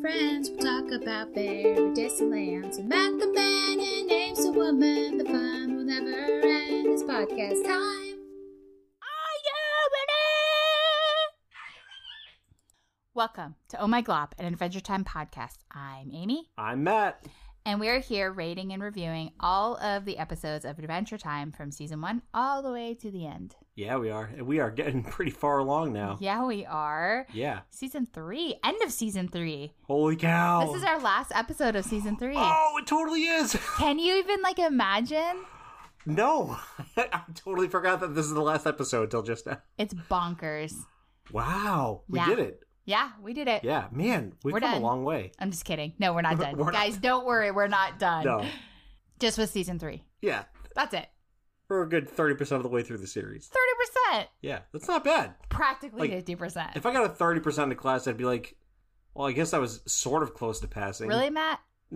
friends. We'll talk about fairy distant lands. We met the man and names a woman. The fun will never end. It's podcast time. Welcome to Oh My Glop, an Adventure Time podcast. I'm Amy, I'm Matt. and we are here rating and reviewing all of the episodes of Adventure Time from season one all the way to the end. Yeah, we are. We are getting pretty far along now. Yeah. Yeah, we are. Season three, end of season three. Holy cow. This is our last episode of season three. Oh, it totally is. Can you even like imagine? No. I totally forgot that this is the last episode till just now. It's bonkers. Wow. We Yeah. did it. Yeah, we did it. Yeah, man, we've We're come done. a long way. I'm just kidding. No, we're not done. We're not- Guys, don't worry, we're not done. No. Just with season three. Yeah. That's it. We're a good 30% of the way through the series. Thirty percent. Yeah, that's not bad. Practically Like, fifty percent. If I got a 30% in the class, I'd be like, well, I guess I was sort of close to passing. Really, Matt?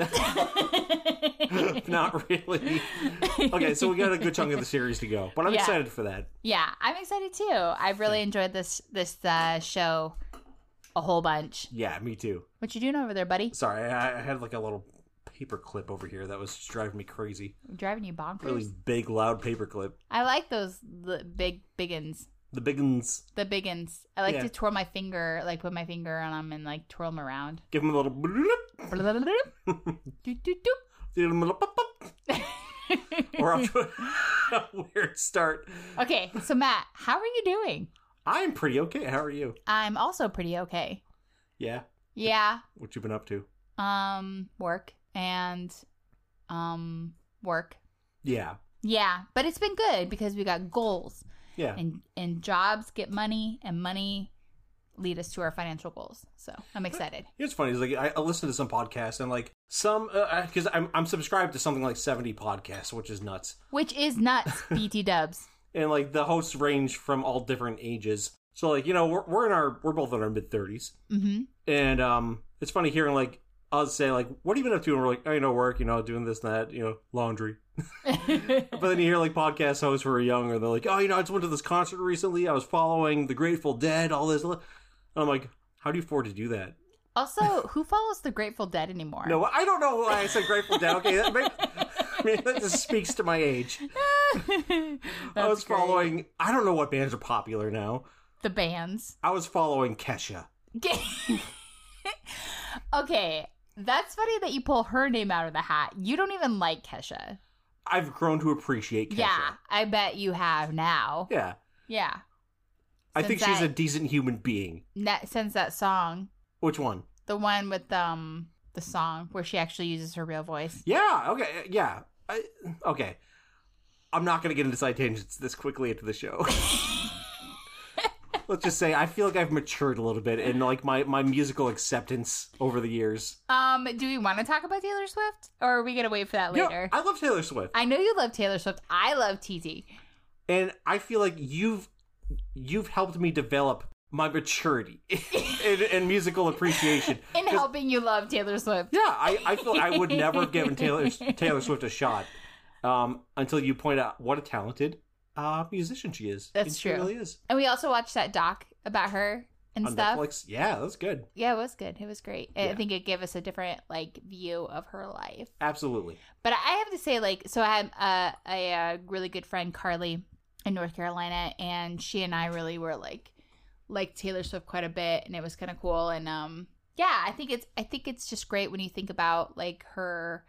not really. Okay, so we got a good chunk of the series to go, but I'm Yeah. excited for that. Yeah, I'm excited too. I've really enjoyed this this uh, show a whole bunch. Yeah, me too. What you doing over there, buddy? Sorry, I I had like a little paper clip over here that was just driving me crazy. driving you bonkers. Really big, loud paper clip. I like those the big biggins. The big ones. The biggins. I like Yeah. to twirl my finger, like put my finger on them and like twirl them around. Give them a little. bloop, Doot, doot, doot. give 'em a little pop, pop. We're off to a weird start. okay, so Matt, how are you doing? I'm pretty okay. How are you? I'm also pretty okay. Yeah. Yeah. What you been up to? Um, work and um work. Yeah. Yeah, but it's been good because we got goals Yeah. and and jobs get money and money lead us to our financial goals. So I'm excited. It's funny. It's like I, I listened to some podcasts and like some because I'm I'm subscribed to something like 70 podcasts, which is nuts. Which is nuts, BT dubs. And like the hosts range from all different ages. So like you know we're we're in our we're both in our mid 30s. Mm-hmm. And um, it's funny hearing like us say like, "What have you been up to?" And we're like, "Oh, you know, work. You know, doing this and that. You know, laundry." But then you hear like podcast hosts who are young, and they're like, "Oh, you know, I just went to this concert recently. I was following the Grateful Dead. All this." li-" And I'm like, "How do you afford to do that?" also, who follows the Grateful Dead anymore? No, I don't know why I said Grateful Dead. Okay, that, maybe, maybe that just speaks to my age. I That's was great. following. I don't know what bands are popular now. the bands. I was following Kesha. okay, that's funny that you pull her name out of the hat. You don't even like Kesha. I've grown to appreciate Kesha. Yeah, I bet you have now. yeah. Yeah, I Since think she's I- a decent human being. that since that song, Which one? the one with um the song where she actually uses her real voice. Yeah. Okay. uh, Yeah. I, okay. I'm not going to get into side tangents this quickly into the show. Let's just say I feel like I've matured a little bit in like my my musical acceptance over the years. Um, do we want to talk about Taylor Swift, or are we gonna wait for that Yeah, later? I love Taylor Swift, I know you love Taylor Swift. I love TT. and I feel like you've you've helped me develop my maturity and, and musical appreciation. In helping you love Taylor Swift. Yeah, I, I feel I would never have given Taylor Taylor Swift a shot um, until you point out what a talented uh, musician she is. That's And she true. Really is. And we also watched that doc about her and on stuff. Netflix. Yeah, that's good. Yeah, it was good. It was great. I Yeah. think it gave us a different like view of her life. Absolutely. But I have to say, like, so I had uh, a, uh really good friend, Carly, in North Carolina, and she and I really were like, like Taylor Swift quite a bit, and it was kind of cool. And um, yeah, I think it's I think it's just great when you think about like her.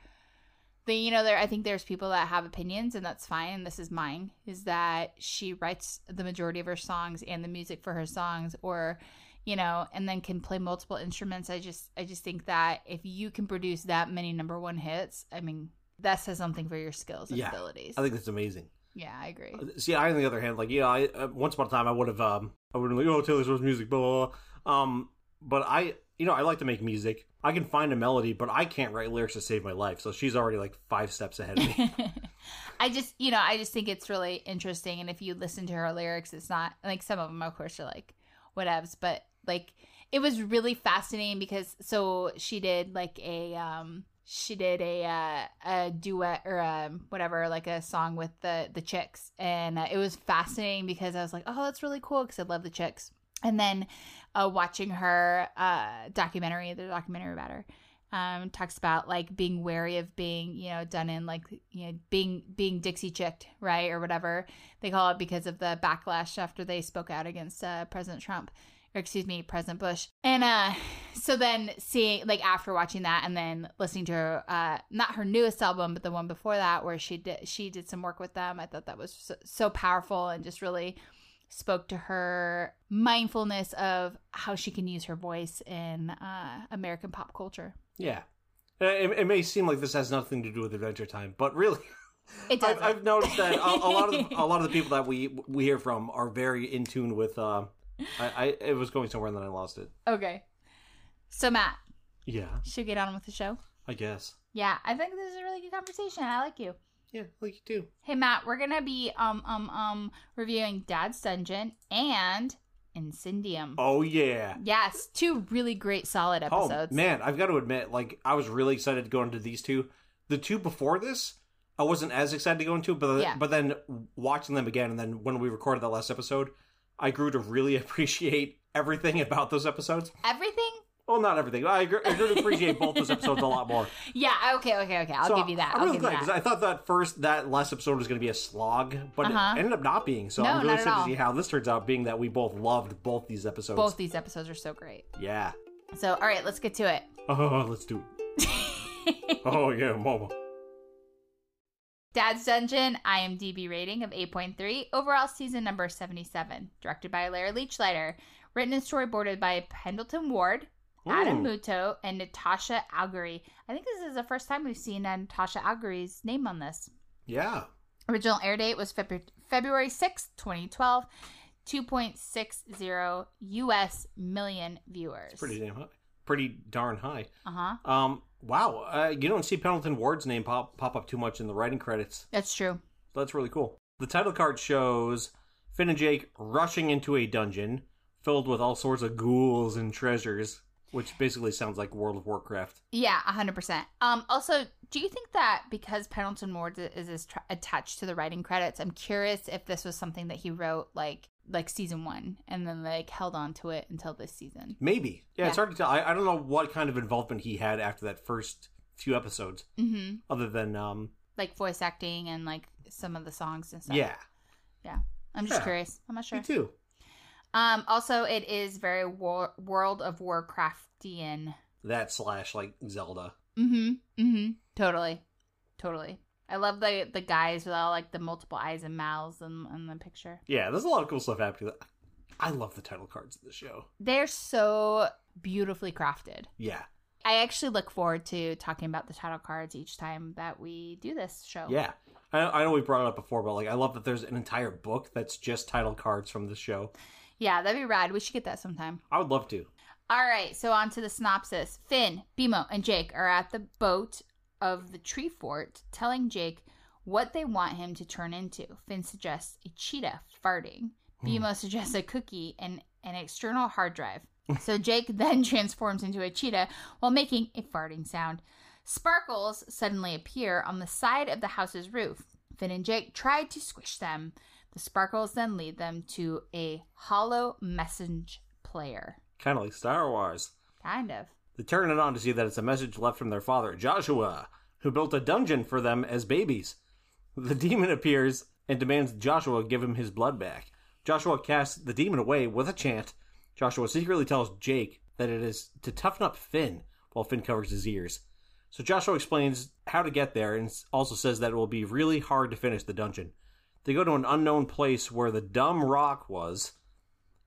The, you know there I think there's people that have opinions and that's fine and this is mine is that she writes the majority of her songs and the music for her songs or you know and then can play multiple instruments I just I just think that if you can produce that many number 1 hits I mean that says something for your skills and Yeah. abilities. I think that's amazing. yeah, I agree. See, I on the other hand, like yeah, I, uh, once upon a time I would have, um, I would have been like, oh, Taylor Swift's music, blah, blah, blah. Um, but I, you know, I like to make music. I can find a melody, but I can't write lyrics to save my life. So she's already like five steps ahead of me. I just, you know, I just think it's really interesting. And if you listen to her lyrics, it's not like some of them, of course, are like whatevs, but like it was really fascinating because so she did like a, um, she did a uh, a duet or um whatever like a song with the the chicks and uh, it was fascinating because I was like oh that's really cool because I love the chicks and then uh, uh, watching her uh, documentary, the documentary about her, um, talks about like being wary of being, you know, done in like, you know, being being Dixie chicked, right, or whatever they call it, because of the backlash after they spoke out against uh, President Trump, or excuse me, President Bush. And uh, so then seeing like after watching that, and then listening to her, uh, not her newest album, but the one before that, where she did she did some work with them. I thought that was so, so powerful and just really spoke to her mindfulness of how she can use her voice in uh, American pop culture. Yeah. Uh, It, it may seem like this has nothing to do with Adventure Time, but really, It does. I've, I've noticed that a, a lot of the, a lot of the people that we we hear from are very in tune with. Uh, I, I it was going somewhere and then I lost it. Okay. So Matt, Yeah, should we get on with the show? I guess. Yeah, I think this is a really good conversation. I like you. Yeah, like you do. Hey Matt, we're gonna be um um um reviewing Dad's Dungeon and Incendium. Oh yeah. Yes, two really great solid Oh episodes. man, I've got to admit, like I was really excited to go into these two. The two before this, I wasn't as excited to go into, but Yeah. but then watching them again, and then when we recorded that last episode, I grew to really appreciate everything about those episodes. Everything? Well, not everything. I gr- I grew to appreciate both those episodes a lot more. Yeah. Okay. Okay. Okay. I'll So, give you that. I'm I'll really give glad you because that. I thought that first that last episode was going to be a slog, but Uh-huh. it ended up not being. So No, I'm really not at excited to all. see how this turns out, being that we both loved both these episodes. Both these episodes are so great. Yeah. So, all right, let's get to it. Oh, let's do it. oh yeah, mama. Dad's Dungeon IMDb rating of 8.3, overall season number 77, directed by Larry Leachlighter, written and storyboarded by Pendleton Ward, Adam Ooh. Muto, and Natasha Algery. I think this is the first time we've seen uh, Natasha Algery's name on this. Yeah. Original air date was Feb- February 6, 2012. 2.60 US million viewers. It's pretty damn high. Pretty darn high. Uh huh. Um, wow. Uh, you don't see Pendleton Ward's name pop pop up too much in the writing credits. That's true. That's really cool. The title card shows Finn and Jake rushing into a dungeon filled with all sorts of ghouls and treasures, which basically sounds like World of Warcraft. Yeah, hundred percent. Um, also, do you think that because Pendleton Ward is, is tr- attached to the writing credits, I'm curious if this was something that he wrote like like season one, and then like held on to it until this season. Maybe. Yeah, it's Yeah. hard to tell. I, I don't know what kind of involvement he had after that first few episodes, Mm-hmm. other than um, Like voice acting and like some of the songs and stuff. yeah, I'm just Yeah. curious. I'm not sure. me too. Um, also, it is very war- World of Warcraftian. That slash like Zelda. Mm-hmm. Mm-hmm. Totally. Totally. I love the the guys with all like the multiple eyes and mouths in, in the picture. Yeah, there's a lot of cool stuff after that. I love the title cards of the show. They're so beautifully crafted. Yeah. I actually look forward to talking about the title cards each time that we do this show. Yeah. I, I know we brought it up before, but like I love that there's an entire book that's just title cards from the show. Yeah, that'd be rad. We should get that sometime. I would love to. All right, so on to the synopsis. Finn, Bimo, and Jake are at the boat of the tree fort telling Jake what they want him to turn into. Finn suggests a cheetah farting. Hmm. Bimo suggests a cookie and an external hard drive. So Jake then transforms into a cheetah while making a farting sound. Sparkles suddenly appear on the side of the house's roof. Finn and Jake try to squish them. The sparkles then lead them to a hollow message player. Kind of like Star Wars. Kind of. They turn it on to see that it's a message left from their father, Joshua, who built a dungeon for them as babies. The demon appears and demands Joshua give him his blood back. Joshua casts the demon away with a chant. Joshua secretly tells Jake that it is to toughen up Finn while Finn covers his ears. So Joshua explains how to get there and also says that it will be really hard to finish the dungeon. They go to an unknown place where the dumb rock was,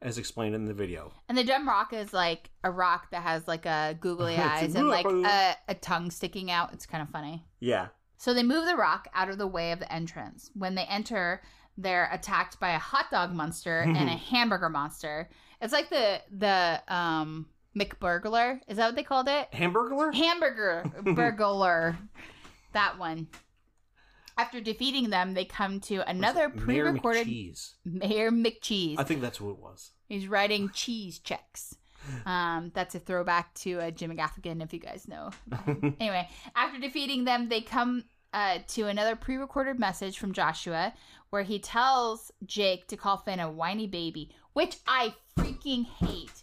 as explained in the video. And the dumb rock is like a rock that has like a googly It's a eyes and like googly- a, a tongue sticking out. It's kind of funny. Yeah. So they move the rock out of the way of the entrance. When they enter, they're attacked by a hot dog monster and a hamburger monster. It's like the the um McBurglar. Is that what they called it? Hamburglar? Hamburger burglar. that one. After defeating them, they come to another Mayor pre-recorded McCheese. Mayor McCheese. I think that's who it was. He's writing cheese checks. Um, that's a throwback to uh, Jimmy Gaffigan, if you guys know. about him. anyway, after defeating them, they come uh, to another pre recorded message from Joshua where he tells Jake to call Finn a whiny baby, which I freaking hate.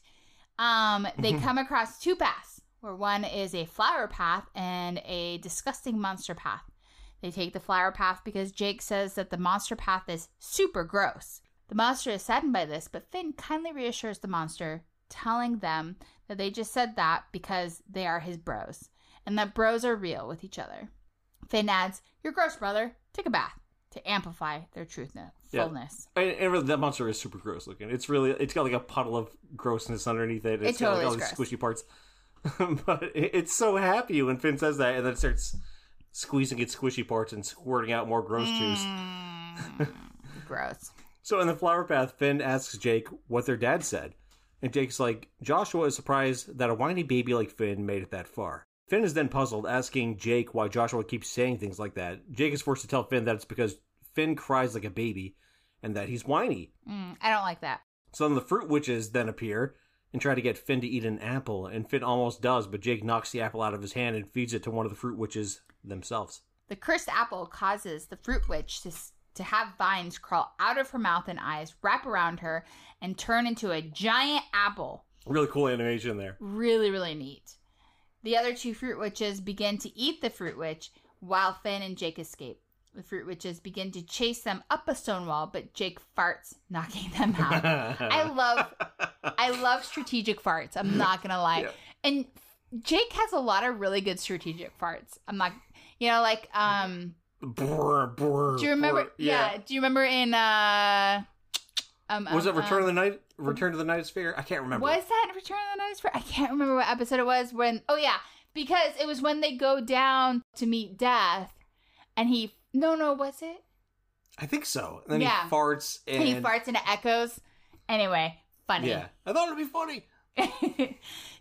Um, they come across two paths, where one is a flower path and a disgusting monster path. They take the flower path because Jake says that the monster path is super gross. The monster is saddened by this, but Finn kindly reassures the monster, telling them that they just said that because they are his bros and that bros are real with each other. Finn adds, You're gross, brother. Take a bath to amplify their truthfulness. Yeah. And, and really, that monster is super gross looking. It's really, it's got like a puddle of grossness underneath it. It's got totally like all is these gross. squishy parts. but it, it's so happy when Finn says that, and then it starts squeezing its squishy parts and squirting out more gross juice. Mm, gross. So in the flower path, Finn asks Jake what their dad said. And Jake's like, Joshua is surprised that a whiny baby like Finn made it that far. Finn is then puzzled, asking Jake why Joshua keeps saying things like that. Jake is forced to tell Finn that it's because Finn cries like a baby and that he's whiny. Mm, I don't like that. So then the fruit witches then appear and try to get Finn to eat an apple, and Finn almost does, but Jake knocks the apple out of his hand and feeds it to one of the fruit witches themselves. The cursed apple causes the fruit witch to, s- to have vines crawl out of her mouth and eyes, wrap around her, and turn into a giant apple. Really cool animation there. Really, really neat. The other two fruit witches begin to eat the fruit witch while Finn and Jake escape. The fruit witches begin to chase them up a stone wall, but Jake farts, knocking them out. I love I love strategic farts. I'm not gonna lie. Yeah. And Jake has a lot of really good strategic farts. I'm not you know, like um Brr, brr, do you remember brr. yeah. do you remember in uh um Was it um, Return um, of the Night? Return to the Night Sphere? I can't remember. was that Return of the Night Sphere? I can't remember what episode it was when oh yeah, because it was when they go down to meet death and he no no was it? I think so. And then Yeah. he farts and he farts and it echoes. Anyway, funny. Yeah, I thought it'd be funny.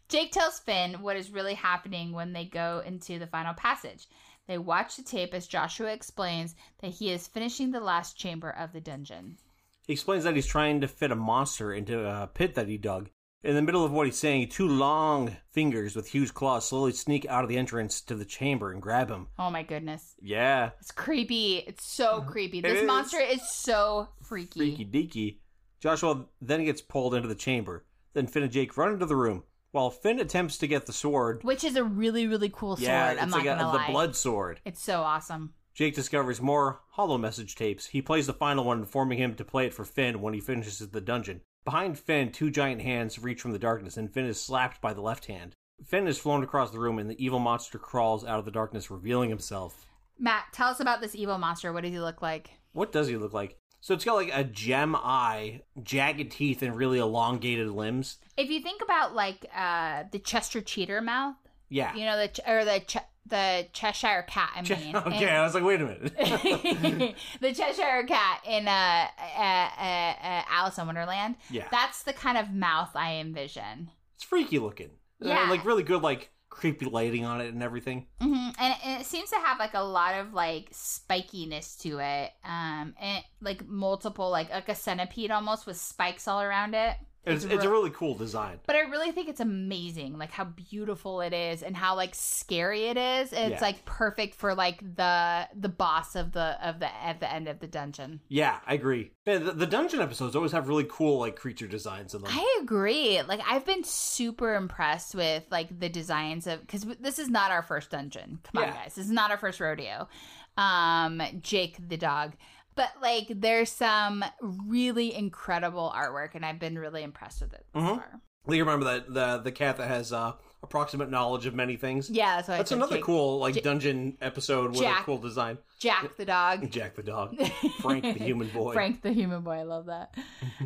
Jake tells Finn what is really happening when they go into the final passage. They watch the tape as Joshua explains that he is finishing the last chamber of the dungeon. He explains that he's trying to fit a monster into a pit that he dug. In the middle of what he's saying, two long fingers with huge claws slowly sneak out of the entrance to the chamber and grab him. Oh my goodness. Yeah, It's creepy. It's so creepy. This Mm-hmm. is. monster is so freaky. freaky deaky. Joshua then gets pulled into the chamber. Then Finn and Jake run into the room. While Finn attempts to get the sword, Which is a really, really cool sword. yeah, it's I'm not like a, going to lie. the blood sword. It's so awesome. Jake discovers more hollow message tapes. He plays the final one, informing him to play it for Finn when he finishes the dungeon. Behind Finn, two giant hands reach from the darkness, and Finn is slapped by the left hand. Finn is flown across the room, and the evil monster crawls out of the darkness, revealing himself. Matt, tell us about this evil monster. What does he look like? What does he look like? So it's got like a gem eye, jagged teeth, and really elongated limbs. If you think about like uh the Chester Cheater mouth, Yeah. you know the Ch- or the Ch- the Cheshire Cat. I mean, okay, I was like, wait a minute. And- the Cheshire Cat in uh, uh, uh, uh, Alice in Wonderland. yeah. That's the kind of mouth I envision. it's freaky looking. And, Yeah. like really good, like creepy lighting on it and everything. hmm And, and it seems to have like a lot of like spikiness to it, um, and like multiple like like a centipede almost with spikes all around it. It's, it's, a real- really cool design. But I really think it's amazing, like how beautiful it is and how like scary it is. And it's Yeah. like perfect for like the the boss of the of the at the end of the dungeon. Yeah, I agree. Man, the, the dungeon episodes always have really cool like creature designs in them. I agree. Like I've been super impressed with like the designs of because this is not our first dungeon. Come on, Yeah. guys, this is not our first rodeo. Um, Jake the dog, but like there's some really incredible artwork, and I've been really impressed with it thus Mhm. far. you remember that the the cat that has uh, approximate knowledge of many things. Yeah, that's, what I That's said, another Jake- cool like J- dungeon episode with Jack. a cool design. Jack the dog. Jack the dog, Frank the human boy. Frank the human boy. I love that.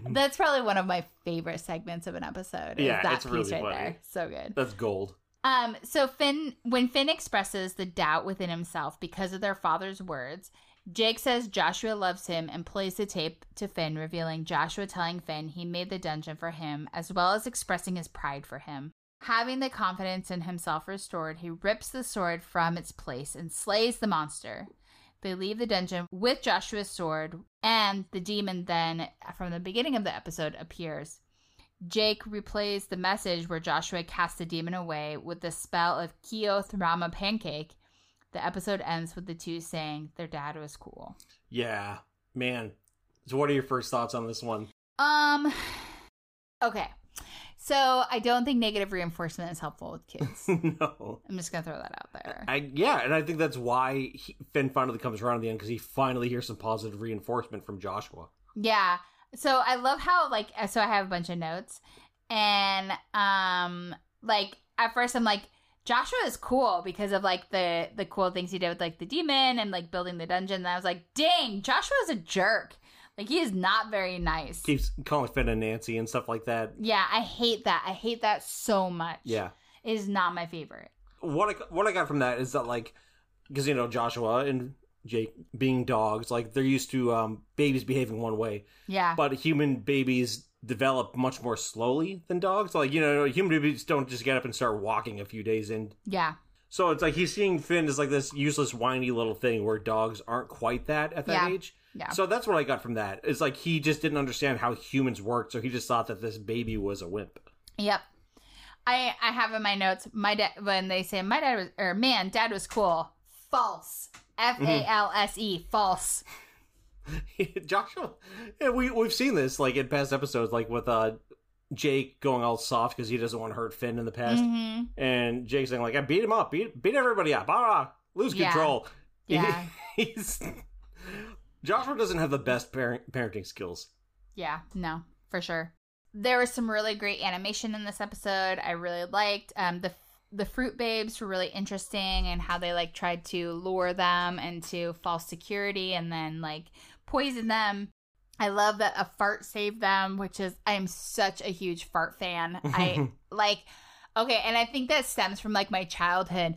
That's probably one of my favorite segments of an episode. is Yeah, that it's piece really right funny. there. So good. That's gold. Um, so Finn, when Finn expresses the doubt within himself because of their father's words, Jake says Joshua loves him and plays the tape to Finn, revealing Joshua telling Finn he made the dungeon for him, as well as expressing his pride for him. Having the confidence in himself restored, he rips the sword from its place and slays the monster. They leave the dungeon with Joshua's sword, and the demon then, from the beginning of the episode, appears. Jake replays the message where Joshua casts the demon away with the spell of Kiothrama Pancake. The episode ends with the two saying their dad was cool. Yeah, man. So, what are your first thoughts on this one? Um, okay. So I don't think negative reinforcement is helpful with kids. no. I'm just gonna throw that out there. I, yeah, and I think that's why he, Finn finally comes around at the end because he finally hears some positive reinforcement from Joshua. Yeah. So I love how like eh, so I have a bunch of notes and um like at first I'm like Joshua is cool because of like the the cool things he did with like the demon and like building the dungeon and I was like dang Joshua's a jerk. Like he is not very nice. Keeps calling Finn and Nancy and stuff like that. Yeah, I hate that. I hate that so much. Yeah, It is not my favorite. what I, what I got from that is that like because you know Joshua and Jake being dogs, like they're used to um, babies behaving one way, Yeah. but human babies develop much more slowly than dogs. Like you know, human babies don't just get up and start walking a few days in. yeah. So it's like he's seeing Finn as like this useless, whiny little thing where dogs aren't quite that at that Yeah. age. Yeah. So that's what I got from that. It's like he just didn't understand how humans worked, so he just thought that this baby was a wimp. Yep. I I have in my notes my dad when they say my dad was or man dad was cool. False. F A L S E. False. Joshua, yeah, we we've seen this like in past episodes, like with uh Jake going all soft because he doesn't want to hurt Finn in the past, hmm and Jake's saying like, "I beat him up, beat beat everybody up, ah, lose Yeah. control." Yeah. he's Joshua doesn't have the best parent, parenting skills. Yeah. No. For sure. There was some really great animation in this episode. I really liked um, the the fruit babes were really interesting and how they like tried to lure them into false security and then like poison them. I love that a fart saved them, which is I am such a huge fart fan. I like okay, and I think that stems from like my childhood.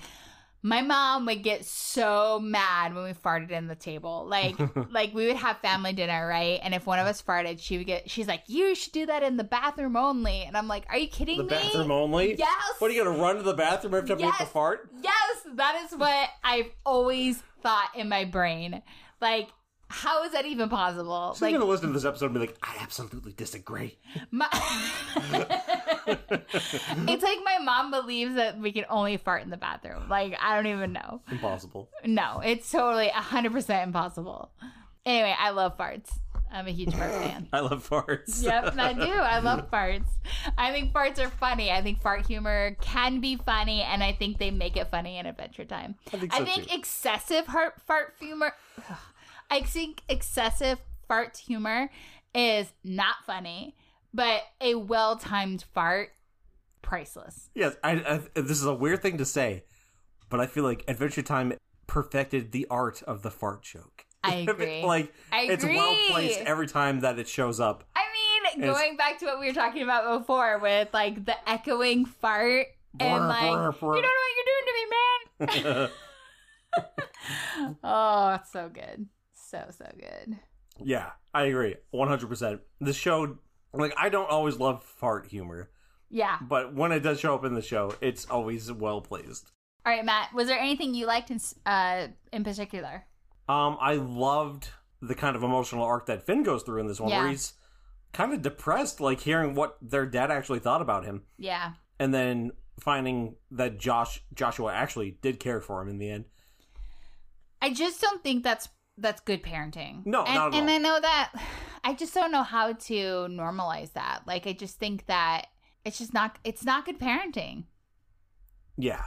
My mom would get so mad when we farted in the table. Like like we would have family dinner, right? And if one of us farted, she would get she's like, "You should do that in the bathroom only." And I'm like, "Are you kidding The me?" bathroom only. Yes. What are you gonna run to the bathroom every time you have to Yes. fart? Yes, that is what I've always thought in my brain. Like, how is that even possible? So like, you're gonna listen to this episode and be like, I absolutely disagree. my- it's like my mom believes that we can only fart in the bathroom. Like, I don't even know. Impossible. No, it's totally 100% impossible. Anyway, I love farts. I'm a huge fart fan. I love farts. Yep, I do. I love farts. I think farts are funny. I think fart humor can be funny, and I think they make it funny in Adventure Time. I think I so, think too. excessive heart, fart humor. I think excessive fart humor is not funny, but a well timed fart, priceless. Yes, I, I, this is a weird thing to say, but I feel like Adventure Time perfected the art of the fart joke. I agree. like I it's well placed agree. every time that it shows up. I mean, It's- going back to what we were talking about before with like the echoing fart and Brr, like, brr, brr. you don't know what you're doing to me, man. Oh, it's so good. So, so good. yeah, I agree, one hundred percent. The show, like, I don't always love fart humor, Yeah. but when it does show up in the show, it's always well placed. All right, Matt, was there anything you liked in, s- uh, in particular? Um, I loved the kind of emotional arc that Finn goes through in this one, where Yeah. he's kind of depressed, like hearing what their dad actually thought about him. Yeah. and then finding that Josh Joshua actually did care for him in the end. I just don't think that's that's good parenting. No, and, not at and all. I know that I just don't know how to normalize that. Like I just think that it's just not it's not good parenting. Yeah,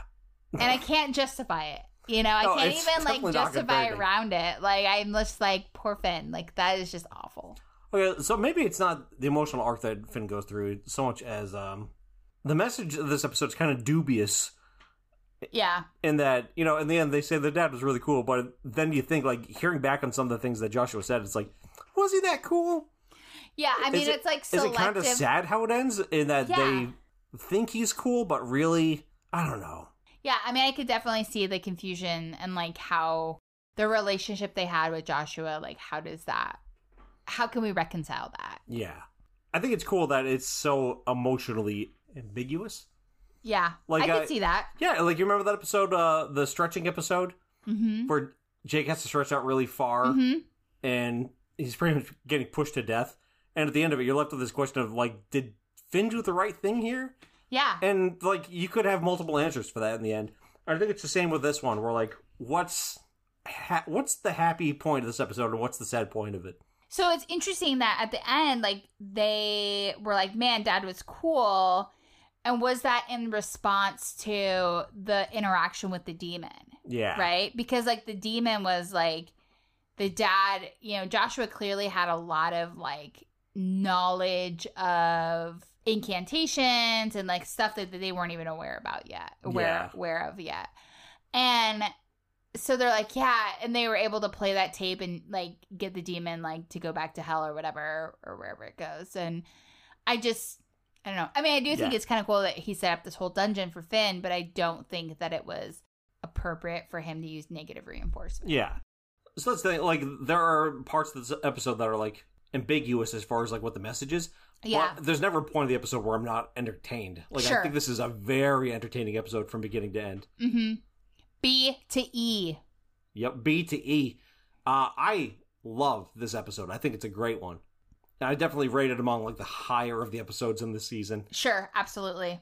And I can't justify it. You know, I No, can't it's even definitely like not good justify parenting. around it. Like I'm just like poor Finn. Like that is just awful. Okay, so maybe it's not the emotional arc that Finn goes through so much as um, the message of this episode is kind of dubious Yeah. in that you know in the end they say their dad was really cool, but then you think like hearing back on some of the things that Joshua said, it's like was he that cool? Yeah, I mean is it- it's like Is selective it kind of sad how it ends in that Yeah. they think he's cool, but really I don't know. Yeah, I mean, I could definitely see the confusion and like how the relationship they had with Joshua, like, how does that, how can we reconcile that? Yeah, I think it's cool that it's so emotionally ambiguous. Yeah, Like, I could I- see that. Yeah, like you remember that episode, uh, the stretching episode Mm-hmm. where Jake has to stretch out really far hmm and he's pretty much getting pushed to death. And at the end of it, you're left with this question of like, did Finn do the right thing here? Yeah, And like, you could have multiple answers for that in the end. I think it's the same with this one. Where like, what's ha- what's the happy point of this episode, and what's the sad point of it? So it's interesting that at the end, like they were like, "Man, Dad was cool," and was that in response to the interaction with the demon, Yeah. right? Because like the demon was like the dad. You know, Joshua clearly had a lot of like knowledge of incantations and like stuff that, that they weren't even aware about yet, aware Yeah. aware of yet, and so they're like, yeah, and they were able to play that tape and like get the demon like to go back to hell or whatever or wherever it goes. And I just, I don't know. I mean, I do think Yeah. it's kind of cool that he set up this whole dungeon for Finn, but I don't think that it was appropriate for him to use negative reinforcement. Yeah. So that's the thing. Like, there are parts of this episode that are like ambiguous as far as like what the message is. Yeah, But there's never a point of the episode where I'm not entertained. Like, I Sure. think this is a very entertaining episode from beginning to end. mm-hmm. B to E. Yep, B to E. Uh, I love this episode. I think it's a great one. And I definitely rate it among like the higher of the episodes in this season. Sure, absolutely.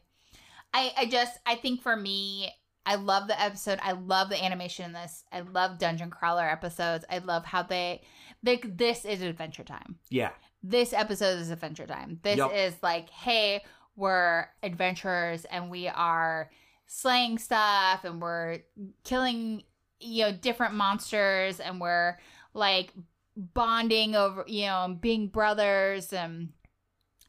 I I just I think for me, I love the episode. I love the animation in this. I love dungeon crawler episodes. I love how they like this is adventure time. Yeah, This episode is adventure time. This Yup. is like, hey, we're adventurers and we are slaying stuff and we're killing you know different monsters and we're like bonding over you know and being brothers and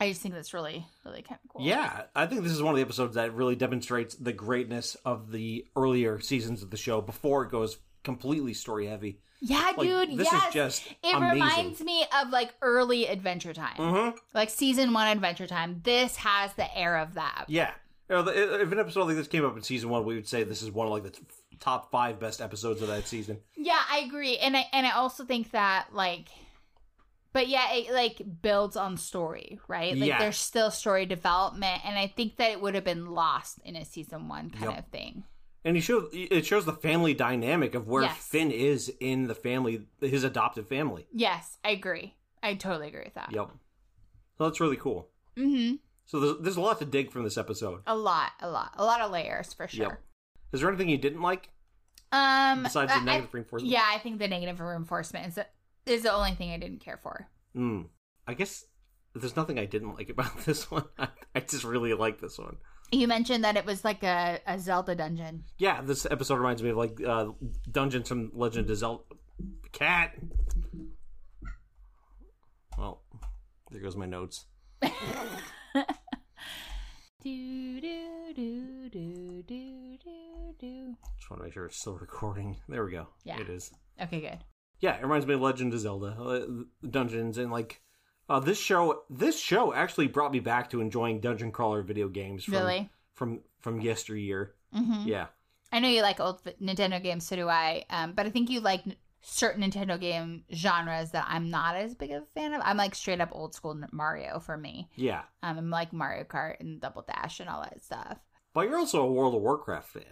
I just think that's really really kind of cool. yeah. I think this is one of the episodes that really demonstrates the greatness of the earlier seasons of the show before it goes completely story heavy. Yeah, Like, dude. this Yes. is just it amazing. reminds me of like early Adventure Time, Mhm. like season one Adventure Time. This has the air of that. Yeah. You know, the- if an episode like this came up in season one, we would say this is one of like the t- top five best episodes of that season. Yeah, I agree, and I and I also think that like, but yeah, it like builds on story, right? Like Yeah. there's still story development, and I think that it would have been lost in a season one kind Yep. of thing. And he shows it shows the family dynamic of where Yes. Finn is in the family, his adoptive family. Yes, I agree. I totally agree with that. Yep. So that's really cool. Mm-hmm. So there's, there's a lot to dig from this episode. A lot, a lot, a lot of layers for sure. Yep. Is there anything you didn't like Um, besides I- the I- negative reinforcement? Yeah, I think the negative reinforcement is the, is the only thing I didn't care for. Mm. I guess there's nothing I didn't like about this one. I, I just really like this one. You mentioned that it was like a, a Zelda dungeon. Yeah, this episode reminds me of like uh, Dungeons from Legend of Zelda. Cat. Well, there goes my notes. Do, do, do, do, do, do, do. Just want to make sure it's still recording. There we go. Yeah. It is. Okay, good. Yeah, it reminds me of Legend of Zelda uh, dungeons and like uh, this show. This show actually brought me back to enjoying dungeon crawler video games. From, Really? From from yesteryear. hmm Yeah. I know you like old v- Nintendo games, so do I. Um, but I think you like n- certain Nintendo game genres that I'm not as big of a fan of. I'm like straight up old school N- Mario for me. Yeah. Um, I'm like Mario Kart and Double Dash and all that stuff. But you're also a World of Warcraft fan.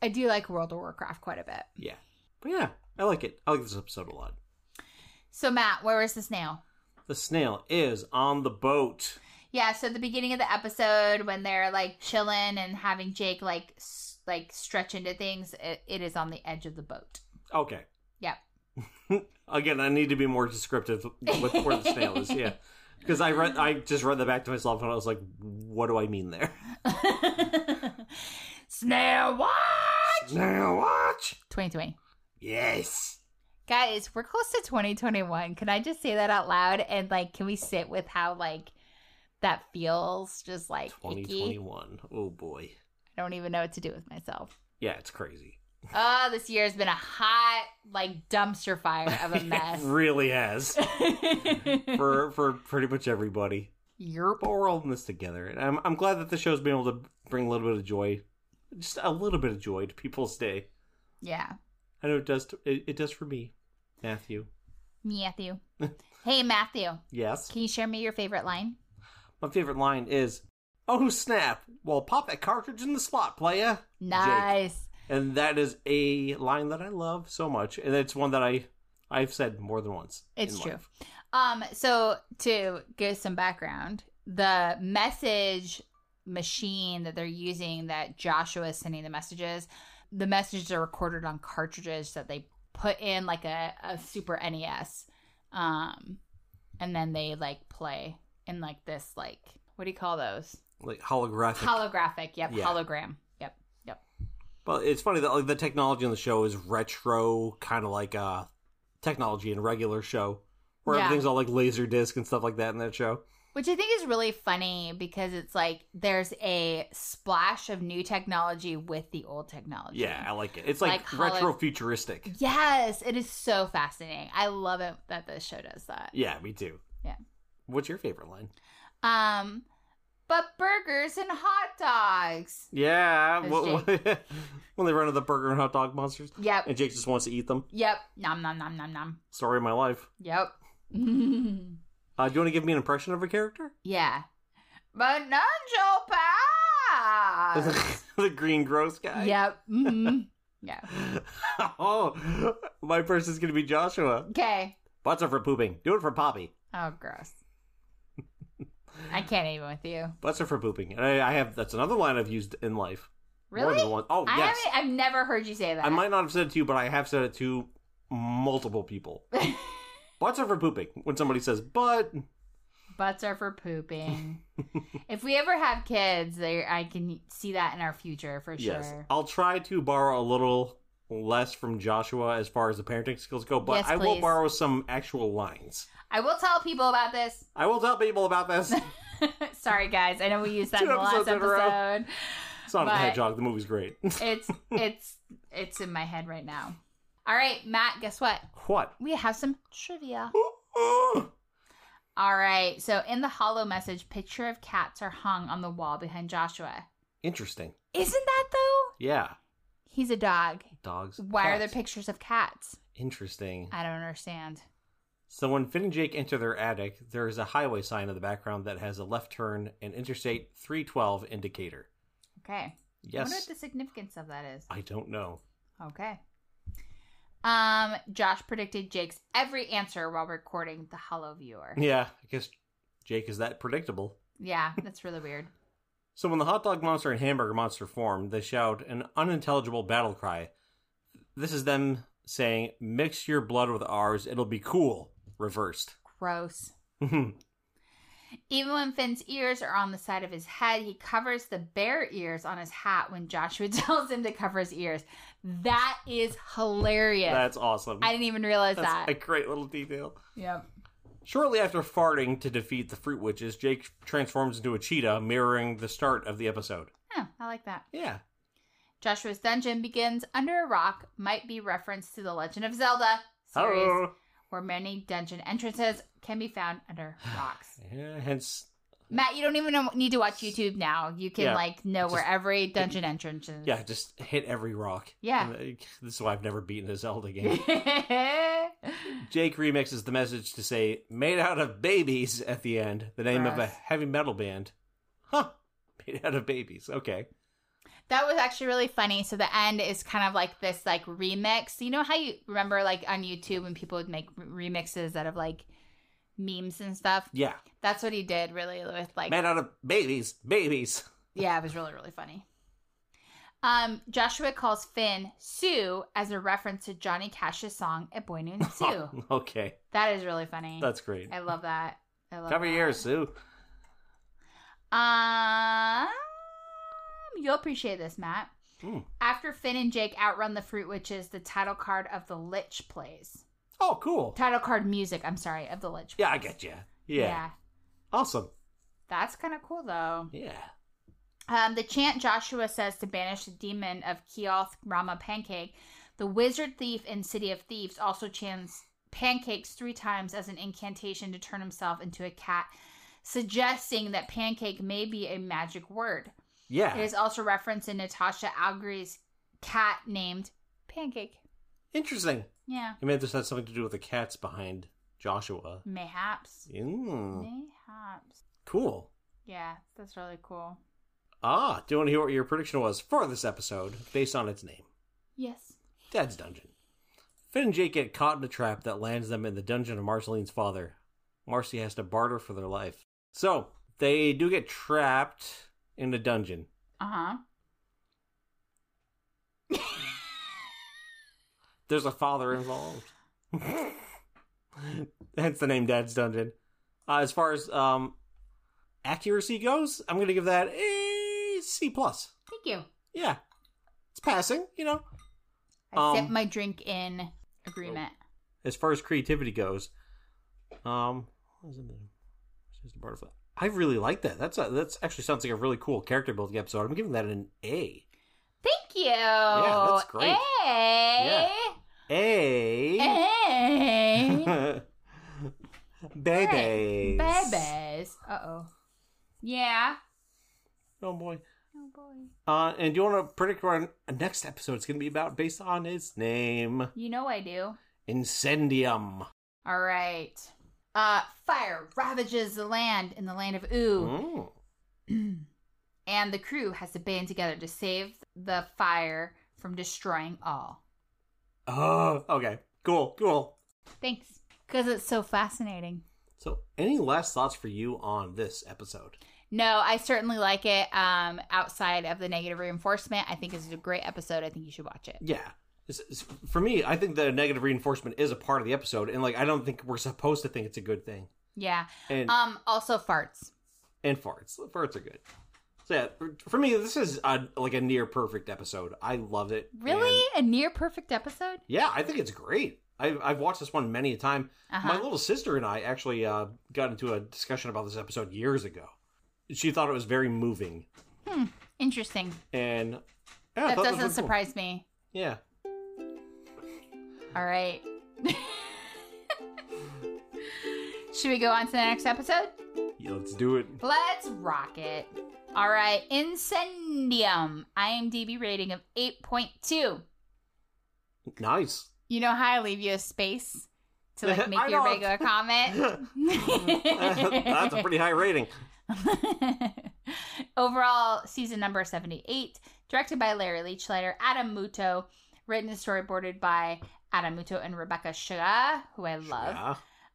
I do like World of Warcraft quite a bit. Yeah. But yeah, I like it. I like this episode a lot. So Matt, where is the snail? The snail is on the boat. Yeah, so at the beginning of the episode when they're like chilling and having Jake like s- like stretch into things, it, it is on the edge of the boat. Okay. Yep. Again, I need to be more descriptive with where the snail is. Yeah. Because I read, I just read that back to myself, and I was like, "What do I mean there?" Snail what? Snail watch. 2020. Yes. Guys, we're close to 2021. Can I just say that out loud and like can we sit with how like that feels just like icky? 2021. Oh boy. I don't even know what to do with myself. Yeah, it's crazy. Oh, this year has been a hot like dumpster fire of a mess. it really has for for pretty much everybody. Yerp. But we're all in this together, and I'm I'm glad that the show's been able to bring a little bit of joy, just a little bit of joy to people's day. Yeah. I know it does. To, it, it does for me, Matthew. Matthew. hey, Matthew, Yes. can you share me your favorite line? My favorite line is, "Oh snap! Well, pop that cartridge in the slot, playa." Nice. And that is a line that I love so much, and it's one that I I've said more than once. It's in true. life. Um, so to give some background, the message machine that they're using that Joshua is sending the messages, the messages are recorded on cartridges that they put in like a, a super NES E um and then they like play in like this like what do you call those? like holographic. Holographic. Yep. Yeah. Hologram. Yep. Yep. but it's funny that like the technology on the show is retro, kind of like uh technology in a regular show, where Yeah. everything's all like laser disc and stuff like that in that show. Which I think is really funny because it's like there's a splash of new technology with the old technology. Yeah, I like it. It's like, Like holo- retro futuristic. Yes, it is so fascinating. I love it that this show does that. Yeah, me too. Yeah. What's your favorite line? Um, but burgers and hot dogs. Yeah, That's wh- when they run into the burger and hot dog monsters, Yep. and Jake just wants to eat them. Yep. Nom nom nom nom nom. Story of my life. Yep. Uh, do you want to give me an impression of a character? yeah. But none shall pass. the green gross guy. yep. mhm. Yeah. oh, my person's gonna be Joshua. Okay. Butts are for pooping. Do it for Poppy. Oh, gross. I can't even with you. Butts are for pooping. And I, I have that's another line I've used in life. More Really? than one. Oh I yes. haven't. I've never heard you say that. I might not have said it to you, but I have said it to multiple people. Butts are for pooping. When somebody says butt, Butts are for pooping. if we ever have kids, there I can see that in our future for sure. yes, I'll try to borrow a little less from Joshua as far as the parenting skills go, but Yes, I will please. borrow some actual lines. I will tell people about this. I will tell people about this. Sorry, guys. I know we used that Two in the last episodes in a row. episode. Sonic But- the Hedgehog. The movie's great. It's it's it's in my head right now. All right, Matt. Guess what? what? We have some trivia. Ooh. All right. So in the hollow message, picture of cats are hung on the wall behind Joshua. Interesting. Isn't that though? Yeah. He's a dog. Dogs. Why are there cats. pictures of cats? Interesting. I don't understand. So when Finn and Jake enter their attic, there is a highway sign in the background that has a left turn and Interstate 312 indicator. Okay. I wonder Yes. what the significance of that is. I don't know. Okay. Um, Josh predicted Jake's every answer while recording the Hollow Viewer. Yeah, I guess Jake is that predictable. Yeah, that's really weird. So when the hot dog monster and hamburger monster form, they shout an unintelligible battle cry. This is them saying, "Mix your blood with ours, it'll be cool." Reversed. Gross. Mhm. Even when Finn's ears are on the side of his head, he covers the bare ears on his hat when Joshua tells him to cover his ears. That is hilarious. That's awesome. I didn't even realize That's that. a great little detail. yep. Shortly after farting to defeat the fruit witches, Jake transforms into a cheetah, mirroring the start of the episode. Huh, I like that. Yeah. Joshua's dungeon begins under a rock, might be reference to the Legend of Zelda series, Oh. where many dungeon entrances can be found under rocks. Yeah, hence, Matt, you don't even know, need to watch YouTube now. You can Yeah. like know where Just- every dungeon entrance is. yeah, just hit every rock. Yeah. And, uh, This is why I've never beaten a Zelda game. yeah. Jake remixes the message to say, made out of babies at the end, the name of a Gross. heavy metal band. Huh. Made out of babies. Okay. that was actually really funny. So the end is kind of like this like remix. You know how you remember like on YouTube when people would make remixes out of like memes and stuff? Yeah. That's what he did really with like Made out of babies. Babies. Yeah, it was really, really funny. Um, Joshua calls Finn Sue as a reference to Johnny Cash's song "A Boy Named Sue." okay. that is really funny. That's great. I love that. I love Cover that. your ears, Sue. Um, you'll appreciate this, Matt. Hmm. After Finn and Jake outrun the Fruit Witches, the title card of the Lich plays. Oh, cool. Title card music, I'm sorry, of the Lich. Yeah, I get you. Yeah. Awesome. That's kind of cool, though. Yeah. Um, the chant Joshua says to banish the demon of Keoth Rama Pancake, the wizard thief in City of Thieves also chants pancakes three times as an incantation to turn himself into a cat, suggesting that pancake may be a magic word. Yeah. It is also referenced in Natasha Algre's cat named Pancake. Interesting. Yeah, He may have just had something to do with the cats behind Joshua. mayhaps. Mm, Mayhaps. cool. Yeah, that's really cool. Ah, do you want to hear what your prediction was for this episode based on its name? Yes. Dad's Dungeon. Finn and Jake get caught in a trap that lands them in the dungeon of Marceline's father. Marcy has to barter for their life. So, they do get trapped in a dungeon. Uh There's a father involved. Hence the name Dad's Dungeon. Uh, as far as um, accuracy goes, I'm going to give that a C plus. Thank you. Yeah, it's passing. You know. I Um, sip my drink in agreement. As far as creativity goes, um, what is it? It's just a butterfly. I really like that. That's a, that's actually sounds like a really cool character building episode. I'm giving that an A. Thank you. Eh? that's great. Hey. A. Hey. Babies. Babies. Uh oh. Yeah. Oh boy. Oh boy. Uh, and do you want to predict what our next episode is going to be about based on its name? You know I do. Incendium. All right. Uh, fire ravages the land in the land of Ooh, Mm. and the crew has to band together to save the fire from destroying all. Oh, okay. Cool, cool. Thanks, because it's so fascinating. So, any last thoughts for you on this episode? No, I certainly like it. Um, outside of the negative reinforcement, I think it's a great episode. I think you should watch it. Yeah. It's- it's- for me, I think the negative reinforcement is a part of the episode, and like I don't think we're supposed to think it's a good thing. Yeah. And Um, also farts. and farts, farts are good. So yeah, for- for me, this is a, like a near perfect episode. I love it. Really, And- a near perfect episode. yeah, I think it's great. I've I've watched this one many a time. Uh My huh. little sister and I actually uh, got into a discussion about this episode years ago. She thought it was very moving, Interesting. and yeah, I that thought was doesn't really cool. surprise me. Yeah, All right. Should we go on to the next episode? Yeah, let's do it. Let's rock it. All right, Incendium. IMDb rating of 8.2. Nice. You know how I leave you a space to like make I your know. regular comment? That's a pretty high rating. Overall, season number 78, directed by Larry Leachlighter, Adam Muto, written and storyboarded by Adam Muto and Rebecca Sugar, who I love. Yeah.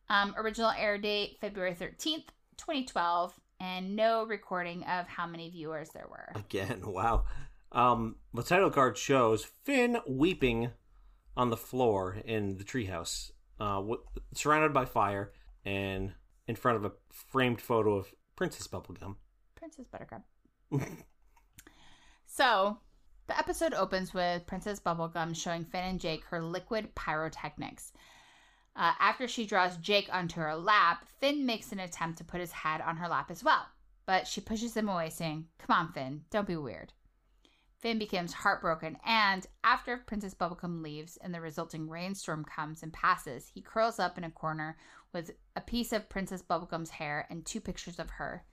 Um, original air date February 13th, 2012, and no recording of how many viewers there were. Again, wow. Um, the title card shows Finn weeping on the floor in the treehouse, uh, w- surrounded by fire, and in front of a framed photo of Princess Bubblegum. Princess Buttercup. so, the episode opens with Princess Bubblegum showing Finn and Jake her liquid pyrotechnics. Uh, after she draws Jake onto her lap, Finn makes an attempt to put his head on her lap as well, but she pushes him away, saying, Come on, Finn, don't be weird. Finn becomes heartbroken, and after Princess Bubblegum leaves and the resulting rainstorm comes and passes, he curls up in a corner with a piece of Princess Bubblegum's hair and two pictures of her.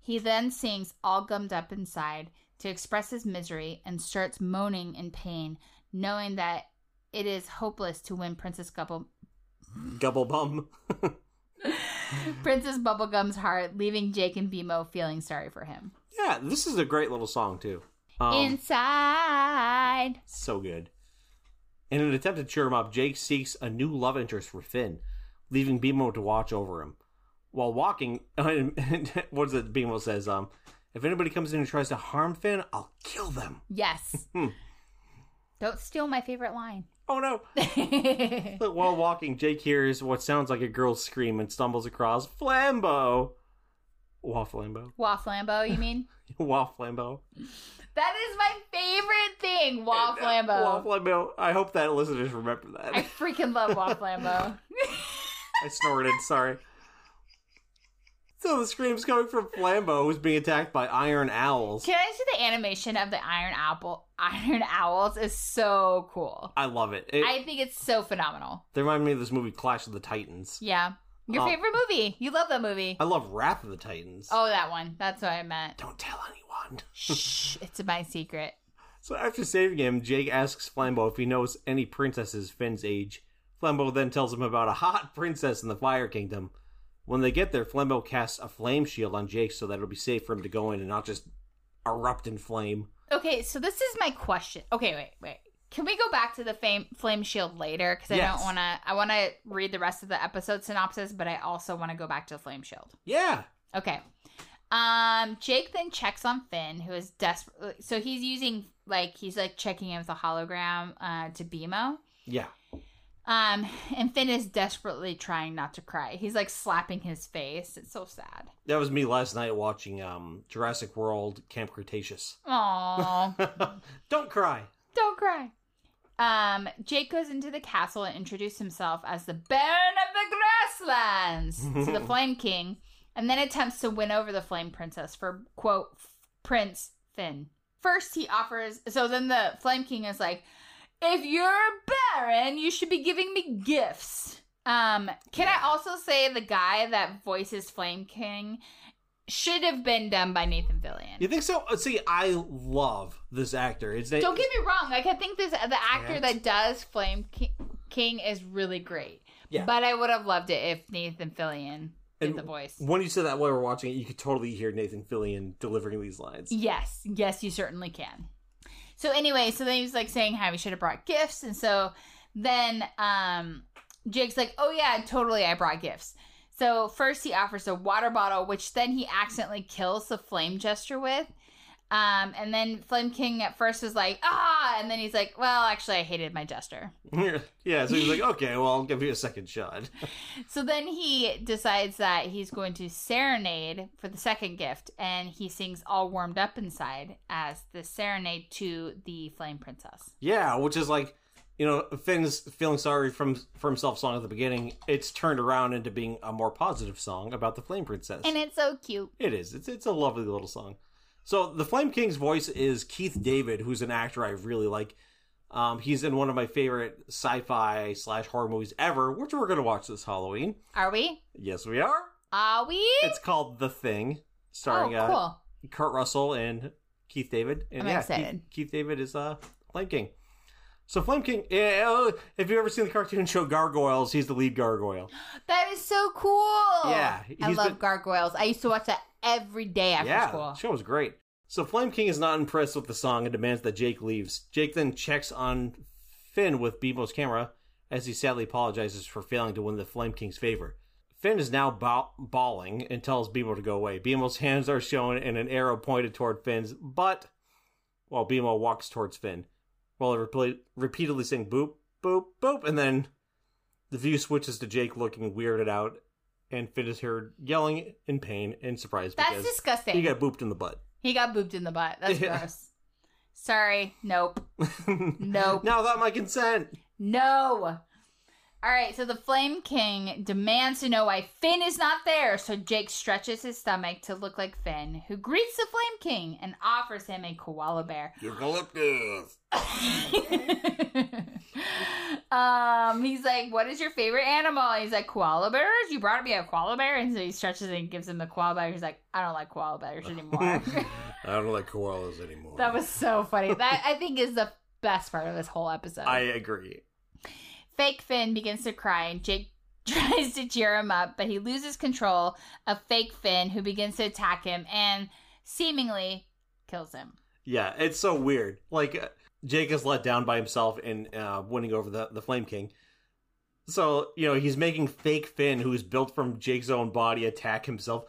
He then sings all gummed up inside to express his misery and starts moaning in pain, knowing that it is hopeless to win Princess Gubble Gubble bum. Princess Bubblegum's heart, leaving Jake and Bimo feeling sorry for him. Yeah, this is a great little song too. Um, Inside. so good. In an attempt to cheer him up, Jake seeks a new love interest for Finn, leaving Bimo to watch over him. While walking, what is it? Bimo says, "Um, if anybody comes in and tries to harm Finn, I'll kill them." Yes. Hmm. Don't steal my favorite line. Oh no! But while walking, Jake hears what sounds like a girl scream and stumbles across Flambeau. Wafflambo. Wafflambo, you mean? Wafflambo. That is my favorite thing, Wafflambo. Wafflambo. I hope that listeners remember that. I freaking love Wafflambo. I snorted, sorry. So the scream's coming from Flambeau, who's being attacked by iron owls. Can I say the animation of the iron apple, iron owls is so cool. I love it. it I think it's so phenomenal. they remind me of this movie Clash of the Titans. Yeah, your Oh. favorite movie. You love that movie. I love Wrath of the Titans. Oh, that one. That's what I meant. Don't tell anyone. Shh, it's my secret. So after saving him, Jake asks Flambeau if he knows any princesses Finn's age. Flambeau then tells him about a hot princess in the Fire Kingdom. When they get there, Flambeau casts a flame shield on Jake so that it'll be safe for him to go in and not just erupt in flame. Okay, so this is my question. Okay, wait, wait. Can we go back to the fame, flame shield later? Because I Yes. don't want to. I want to read the rest of the episode synopsis, but I also want to go back to the flame shield. Yeah. Okay. Um, Jake then checks on Finn, who is desperate. So he's using like he's like checking in with a hologram uh, to BMO. Yeah. Um, and Finn is desperately trying not to cry. He's like slapping his face. It's so sad. That was me last night watching um, Jurassic World Camp Cretaceous. Aww. Don't cry. Don't cry. Um, Jake goes into the castle and introduces himself as the Baron of the Grasslands to the Flame King, and then attempts to win over the Flame Princess for quote Prince Finn. First, he offers. So then the Flame King is like, "If you're a Baron, you should be giving me gifts." Um, can I also say the guy that voices Flame King should have been done by Nathan Fillion? You think so? Uh, See, I love this actor. It's Don't get me wrong. Like I think this the actor Correct. that does Flame Ki- King is really great. Yeah. But I would have loved it if Nathan Fillion did And the voice. when you said that while we were watching it, you could totally hear Nathan Fillion delivering these lines. Yes, yes, you certainly can. So anyway, so then he was like saying how he should have brought gifts, and so then um, Jake's like, "Oh yeah, totally, I brought gifts." So first he offers a water bottle, which then he accidentally kills the flame gesture with. Um, and then Flame King at first was like, ah, and then he's like, well, actually, I hated my jester. yeah, so he's like, okay, well, I'll give you a second shot. So then he decides that he's going to serenade for the second gift, and he sings All Warmed Up Inside as the serenade to the Flame Princess. Yeah, which is like, you know, Finn's feeling sorry from for himself song at the beginning. It's turned around into being a more positive song about the Flame Princess. And it's so cute. it is. It's it's a lovely little song. So the Flame King's voice is Keith David, who's an actor I really like. Um, he's in one of my favorite sci-fi slash horror movies ever, which we're gonna watch this Halloween. Are we? Yes, we are. Are we? It's called The Thing, oh, starring uh, cool. Kurt Russell and Keith David. And I'm yeah, excited. Keith, Keith David is uh, Flame King. So Flame King, yeah, oh, if you've ever seen the cartoon show Gargoyles, he's the lead gargoyle. That is so cool. Yeah, I he's love been- gargoyles. I used to watch that every day after yeah, school. the show was great. So Flame King is not impressed with the song and demands that Jake leaves. Jake then checks on Finn with Bebo's camera as he sadly apologizes for failing to win the Flame King's favor. Finn is now baw- bawling and tells Bebo to go away. Bemo's hands are shown and an arrow pointed toward Finn's butt while Bemo walks towards Finn. While reple- repeatedly saying boop, boop, boop, and then the view switches to Jake looking weirded out and Finn is heard yelling in pain and surprise That's because disgusting. he got booped in the butt. he got booped in the butt. That's Yeah. gross. Sorry. Nope. Nope. Now without my consent. No. All right, so the Flame King demands to know why Finn is not there. So Jake stretches his stomach to look like Finn, who greets the Flame King and offers him a koala bear. Eucalyptus. um, he's like, "What is your favorite animal?" He's like, "Koala bears." You brought me a koala bear, and so he stretches and gives him the koala bear. He's like, "I don't like koala bears anymore." don't like koalas anymore. that was so funny. That I think is the best part of this whole episode. I agree. Fake Finn begins to cry, and Jake tries to cheer him up, but he loses control of Fake Finn, who begins to attack him and seemingly kills him. Yeah, it's so weird. Like uh, Jake is let down by himself in uh, winning over the the Flame King. So you know he's making fake Finn, who's built from Jake's own body, attack himself.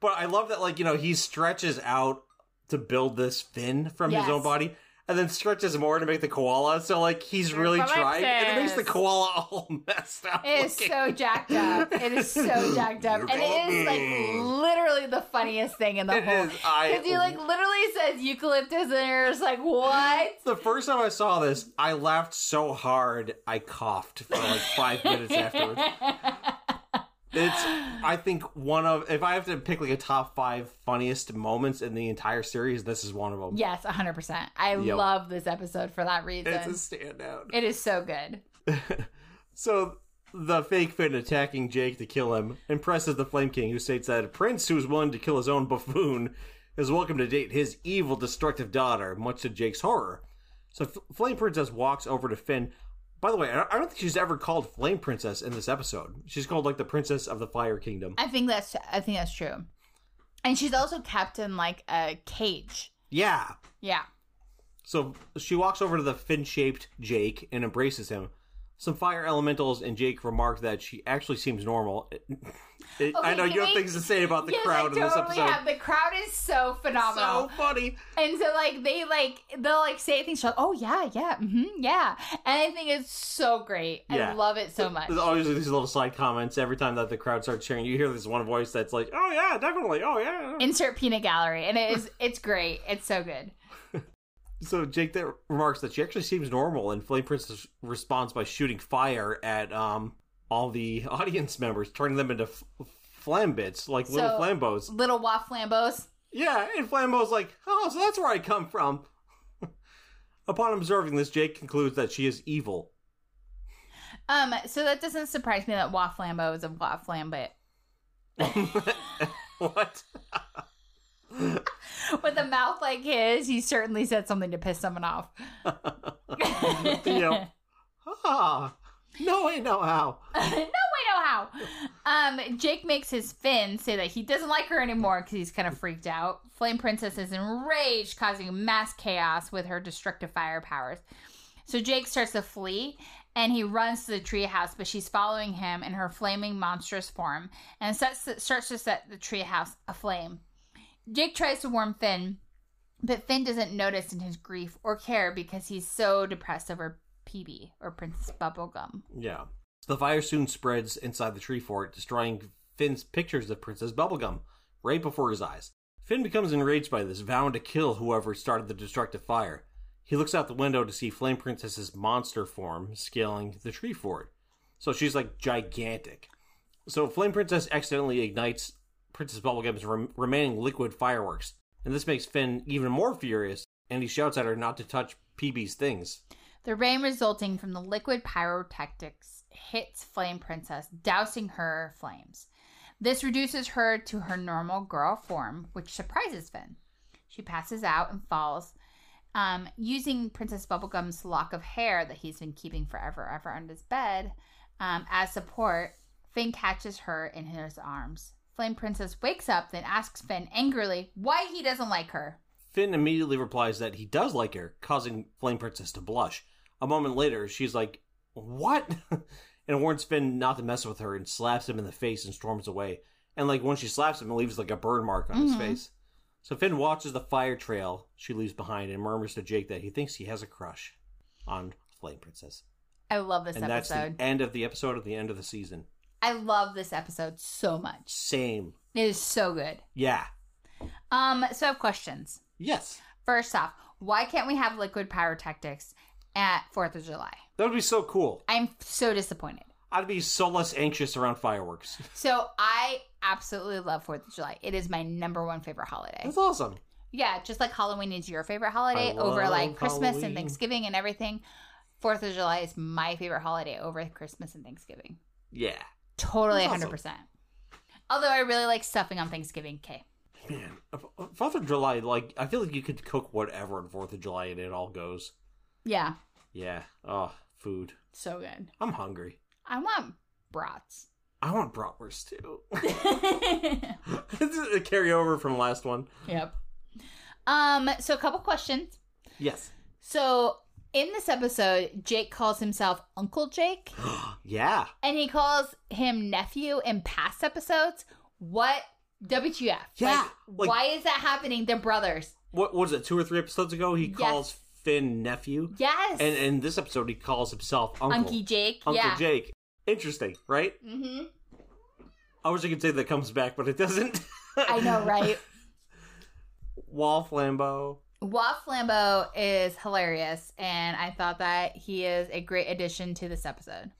But I love that, like you know, he stretches out to build this Finn from Yes. his own body, and then stretches more to make the koala. So like he's really Eucalyptus. trying, and it makes the koala all messed up. It is looking. so jacked up. It is so jacked up. And it is like literally the funniest thing in the It whole. is. I Because he like literally says eucalyptus, and you're just like, what? The first time I saw this, I laughed so hard I coughed for like five minutes afterwards. It's I think one of if I have to pick like a top five funniest moments in the entire series, this is one of them. Yes, 100%. I Yep. love this episode for that reason. It's a standout. It is so good. So the fake Finn attacking Jake to kill him impresses the Flame King, who states that a prince who is willing to kill his own buffoon is welcome to date his evil, destructive daughter, much to Jake's horror. So F- Flame Princess walks over to Finn. By the way, I I don't think she's ever called Flame Princess in this episode. She's called like the Princess of the Fire Kingdom. I think that's I think that's true. And she's also kept in like a cage. Yeah. Yeah. So she walks over to the fin shaped Jake and embraces him. Some fire elementals and Jake remarked that she actually seems normal. It- I Okay, know can you have we- things to say about the yes, crowd I in this totally episode. Have. The crowd is so phenomenal. So funny. And so like they like they'll like say things like oh yeah yeah hmm yeah and I think it's so great Yeah. I love it so much There's always these little side comments every time that the crowd starts cheering. You hear this one voice that's like, "Oh yeah, definitely. Oh yeah." yeah." insert peanut gallery and it is it's great it's so good So Jake there remarks that she actually seems normal, and Flame Princess responds by shooting fire at um all the audience members, turning them into f- flambits, like little So- flambos. little waff flambos Yeah, and Flambo's like, "Oh, so that's where I come from." Upon observing this, Jake concludes that she is evil. um so that doesn't surprise me that waff flambo is a waff flambit what? with a mouth like his he certainly said something to piss someone off Yep. Ah, no way, no how. no way, no how. Um, Jake makes his Finn say that he doesn't like her anymore because he's kind of freaked out. Flame Princess is enraged, causing mass chaos with her destructive fire powers. So Jake starts to flee and he runs to the treehouse, but she's following him in her flaming monstrous form and sets, starts to set the treehouse aflame. Jake tries to warn Finn, but Finn doesn't notice in his grief or care because he's so depressed over PB or Princess Bubblegum. Yeah. The fire soon spreads inside the tree fort, destroying Finn's pictures of Princess Bubblegum right before his eyes. Finn becomes enraged by this, vowing to kill whoever started the destructive fire. He looks out the window to see Flame Princess's monster form scaling the tree fort. So she's like gigantic. So Flame Princess accidentally ignites Princess Bubblegum's rem- remaining liquid fireworks, and this makes Finn even more furious, and he shouts at her not to touch PB's things. The rain resulting from the liquid pyrotechnics hits Flame Princess, dousing her flames. This reduces her to her normal girl form, which surprises Finn. She passes out and falls, um, using Princess Bubblegum's lock of hair that he's been keeping forever, ever under his bed um, as support. Finn catches her in his arms. Flame Princess wakes up, then asks Finn angrily why he doesn't like her. Finn immediately replies that he does like her, causing Flame Princess to blush. A moment later, she's like, What? and warns Finn not to mess with her and slaps him in the face and storms away. And like when she slaps him, it leaves like a burn mark on his Mhm. face. So Finn watches the fire trail she leaves behind and murmurs to Jake that he thinks he has a crush on Flame Princess. I love this and episode. that's the end of the episode at the end of the season. I love this episode so much. Same. It is so good. Yeah. Um, so I have questions. Yes. First off, why can't we have liquid pyrotechnics at Fourth of July? That would be so cool. I'm so disappointed. I'd be so less anxious around fireworks. So I absolutely love Fourth of July. It is my number one favorite holiday. That's awesome. Yeah, just like Halloween is your favorite holiday I over love like Christmas Halloween. and Thanksgiving and everything. Fourth of July is my favorite holiday over Christmas and Thanksgiving. Yeah. Totally, That's awesome. hundred percent. Although I really like stuffing on Thanksgiving. Okay, Man, Fourth of July, like I feel like you could cook whatever on Fourth of July and it all goes. yeah, Yeah. Oh, food. so good. I'm hungry. I want brats. I want bratwurst too. this is a carryover from last one. Yep. Um, so a couple questions. Yes. So in this episode, Jake calls himself Uncle Jake yeah. and he calls him nephew in past episodes. What WTF? Yeah, Like, like- why is that happening? They're brothers. What what was it? Two or three episodes ago, he Yes. calls Finn nephew, Yes. and in this episode, he calls himself Uncle Unky Jake. Uncle yeah. Jake. Interesting, right? Mm-hmm. I wish I could say that comes back, but it doesn't. I know, right? Wall Flambeau. Waff Lambo is hilarious, and I thought that he is a great addition to this episode.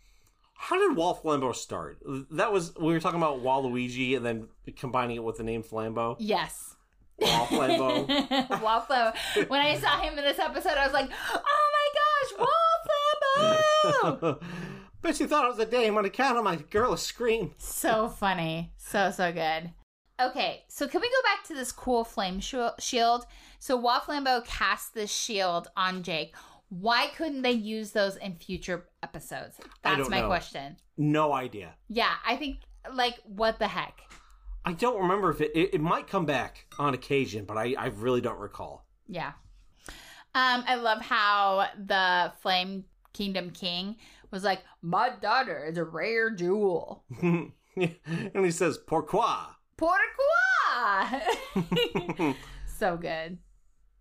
How did Wall Flambeau start? That was we were talking about Waluigi and then combining it with the name Flambeau. Yes. Wall Flambeau. Waffle. When I saw him in this episode, I was like, oh my gosh, Waffle! Bet you thought it was a day I'm gonna count on my girlish scream. so funny. So, so good. Okay, so can we go back to this cool flame sh- shield? So Wafflambo cast this shield on Jake. Why couldn't they use those in future episodes? I That's don't my know. question. No idea. Yeah, I think like what the heck? I don't remember if it, it, it might come back on occasion, but I, I really don't recall. Yeah. Um, I love how the Flame Kingdom King was like, "My daughter is a rare jewel." and he says, Pourquoi? Pourquoi? so good.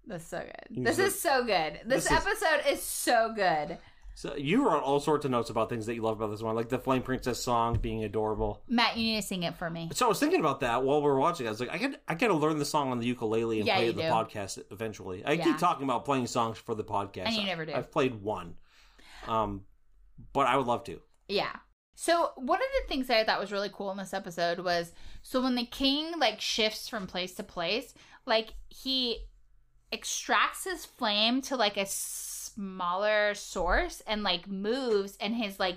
That's so good. He's This a- is so good. This, This is- episode is so good. So you wrote all sorts of notes about things that you love about this one, like the Flame Princess song being adorable. Matt, you need to sing it for me. So I was thinking about that while we were watching. it. I was like, I got I got to learn the song on the ukulele and Yeah, play you the do. podcast eventually. I Yeah. keep talking about playing songs for the podcast, And you never do. I've played one, um, but I would love to. Yeah. So one of the things that I thought was really cool in this episode was so when the king like shifts from place to place, like he extracts his flame to like a smaller source and like moves and his like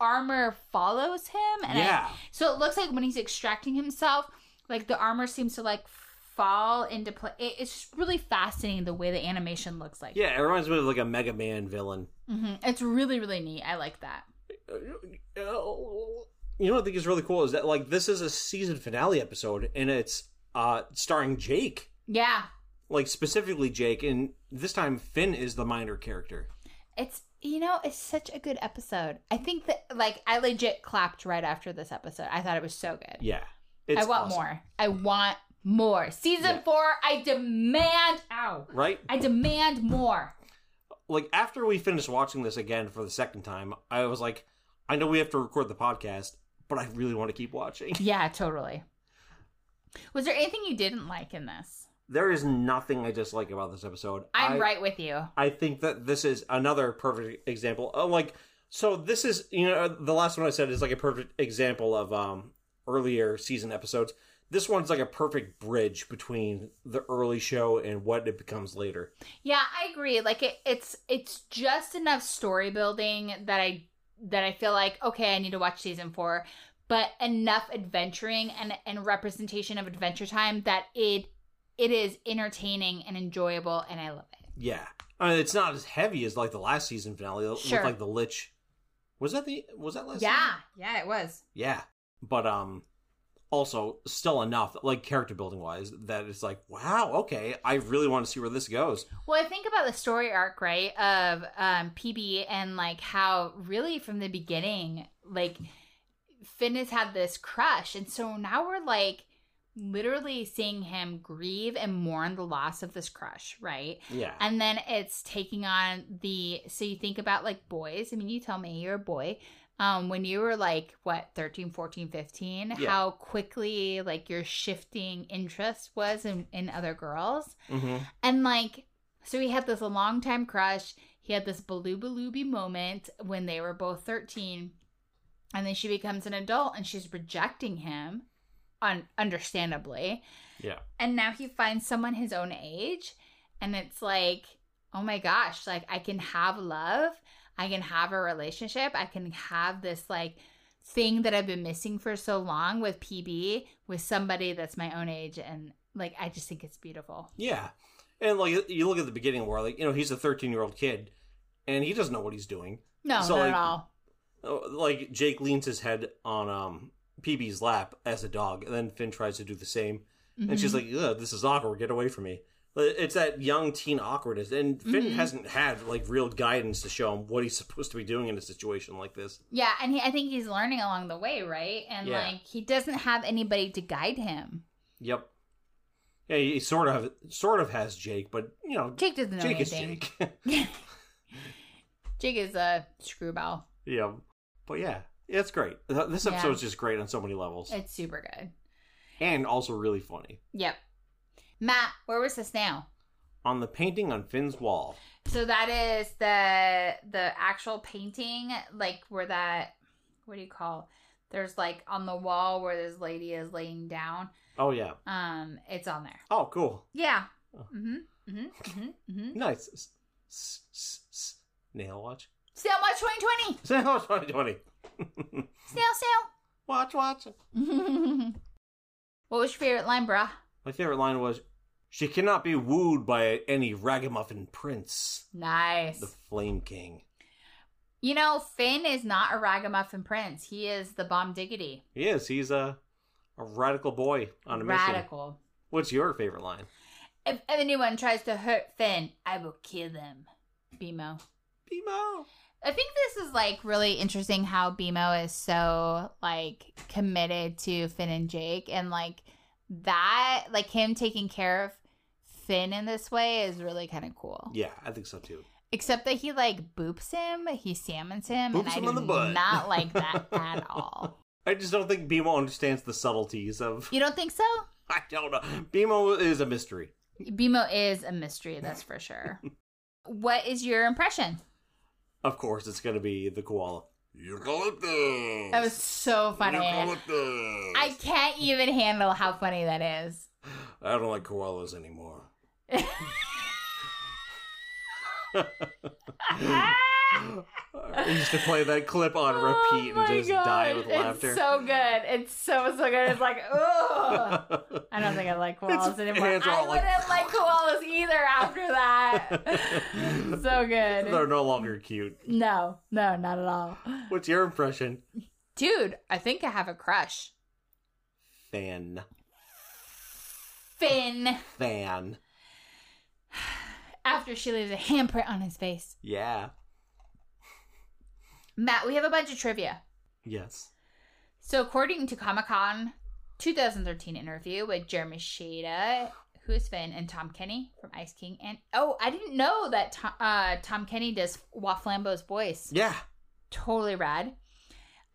armor follows him and I- yeah, so it looks like when he's extracting himself, like the armor seems to like fall into place. It's just really fascinating the way the animation looks like. yeah. It reminds me of like a Mega Man villain. hmm It's really really neat. I like that. You know what I think is really cool is that like this is a season finale episode and it's uh starring Jake, Yeah. like specifically Jake, and this time Finn is the minor character. It's you know, it's such a good episode. I think that like I legit clapped right after this episode. I thought it was so good. Yeah, it's I want awesome, more. I want more. Season Yeah. 4, I demand ow. right? I demand more. like after we finished watching this again for the second time, I was like, I know we have to record the podcast, but I really want to keep watching. Yeah, totally. Was there anything you didn't like in this? There is nothing I dislike about this episode. I'm I, right with you. I think that this is another perfect example. Of like, so this is you know the last one I said is like a perfect example of um earlier season episodes. This one's like a perfect bridge between the early show and what it becomes later. Yeah, I agree. Like it, it's it's just enough story building that I that I feel like okay, I need to watch season four, but enough adventuring and and representation of Adventure Time that it it is entertaining and enjoyable, and I love it. Yeah, I mean, it's not as heavy as like the last season finale Sure. with like the lich. Was that the was that last? Yeah, season? yeah, it was. yeah, but um, also still enough like character building wise that it's like wow, okay, I really want to see where this goes. Well, I think about the story arc, right, of um, PB and like how really from the beginning, like Finn has had this crush, and so now we're like literally seeing him grieve and mourn the loss of this crush, right? Yeah, And then it's taking on the so you think about like boys. I mean, you tell me you're a boy. Um, when you were like what 13 14 15 Yeah. how quickly like your shifting interest was in, in other girls hmm and like, so he had this long time crush. He had this baloo balooby moment when they were both 13. And then she becomes an adult and she's rejecting him, un- understandably. Yeah. And now he finds someone his own age. And it's like, oh my gosh, like I can have love. I can have a relationship. I can have this like thing that I've been missing for so long with PB with somebody that's my own age. And like, I just think it's beautiful. yeah, and like you look at the beginning where like you know he's a thirteen year old kid and he doesn't know what he's doing. No, So, not like- at all. Oh, Like Jake leans his head on um PB's lap as a dog, and then Finn tries to do the same. and she's Mhm. like, Ugh, "This is awkward. Get away from me." It's that young teen awkwardness, and Finn Mhm. hasn't had like real guidance to show him what he's supposed to be doing in a situation like this. "Yeah," and he, I think he's learning along the way, right? And Yeah. like he doesn't have anybody to guide him. Yep. Yeah, he sort of sort of has Jake, but you know, Jake doesn't know Jake is anything. Jake. Jake. is a screwball. yeah, but yeah, it's great. Th- This Yeah. episode's just great on so many levels, It's super good. and also really funny. Yep. Matt, where was this now? On the painting on Finn's wall, So that is the the actual painting, like where that what do you call? There's like on the wall where this lady is laying down. oh yeah, Um, it's on there. oh cool, Yeah. Oh. Mm-hmm. Mm-hmm. Mm-hmm. mm-hmm. nice. S- s- s- s- Nail watch, Sale Watch 2020. nail watch, twenty twenty. Snail sale. Watch, watch. what was your favorite line, bruh? My favorite line was, "She cannot be wooed by any ragamuffin prince, Nice. the Flame King." You know, Finn is not a ragamuffin prince. He is the bomb diggity. He is. He's a a radical boy on a mission. Radical. What's your favorite line? If anyone tries to hurt Finn, I will kill them. Bimo. Bimo. I think this is like really interesting how BMO is so like committed to Finn and Jake and like that like him taking care of Finn in this way is really kind of cool. Yeah, I think so too. Except that he like boops him, he salmons him, and Boops I him do in the butt. not like that at all. I just don't think BMO understands the subtleties of. You don't think so? I don't know. BMO is a mystery. BMO is a mystery, that's for sure. what is your impression? Of course, it's going to be the koala. You call it this. That was so funny. this. I can't even handle how funny that is. I don't like koalas anymore. I used to play that clip on repeat Oh my and just die with God, laughter. It's so good. It's so so good. It's like, ugh. I don't think I like koalas It's- anymore. hands are I all like- wouldn't like koalas either after that. so They're good. no longer cute. No, no, not at all. What's your impression? Dude, I think I have a crush. Fan. Finn. Fan. After she leaves a handprint on his face. Yeah. Matt, we have a bunch of trivia. Yes. So, according to Comic Con 2013 interview with Jeremy Shada, who's Finn, and Tom Kenny from Ice King, and oh, I didn't know that Tom, uh, Tom Kenny does Waflambo's voice. Yeah. Totally rad.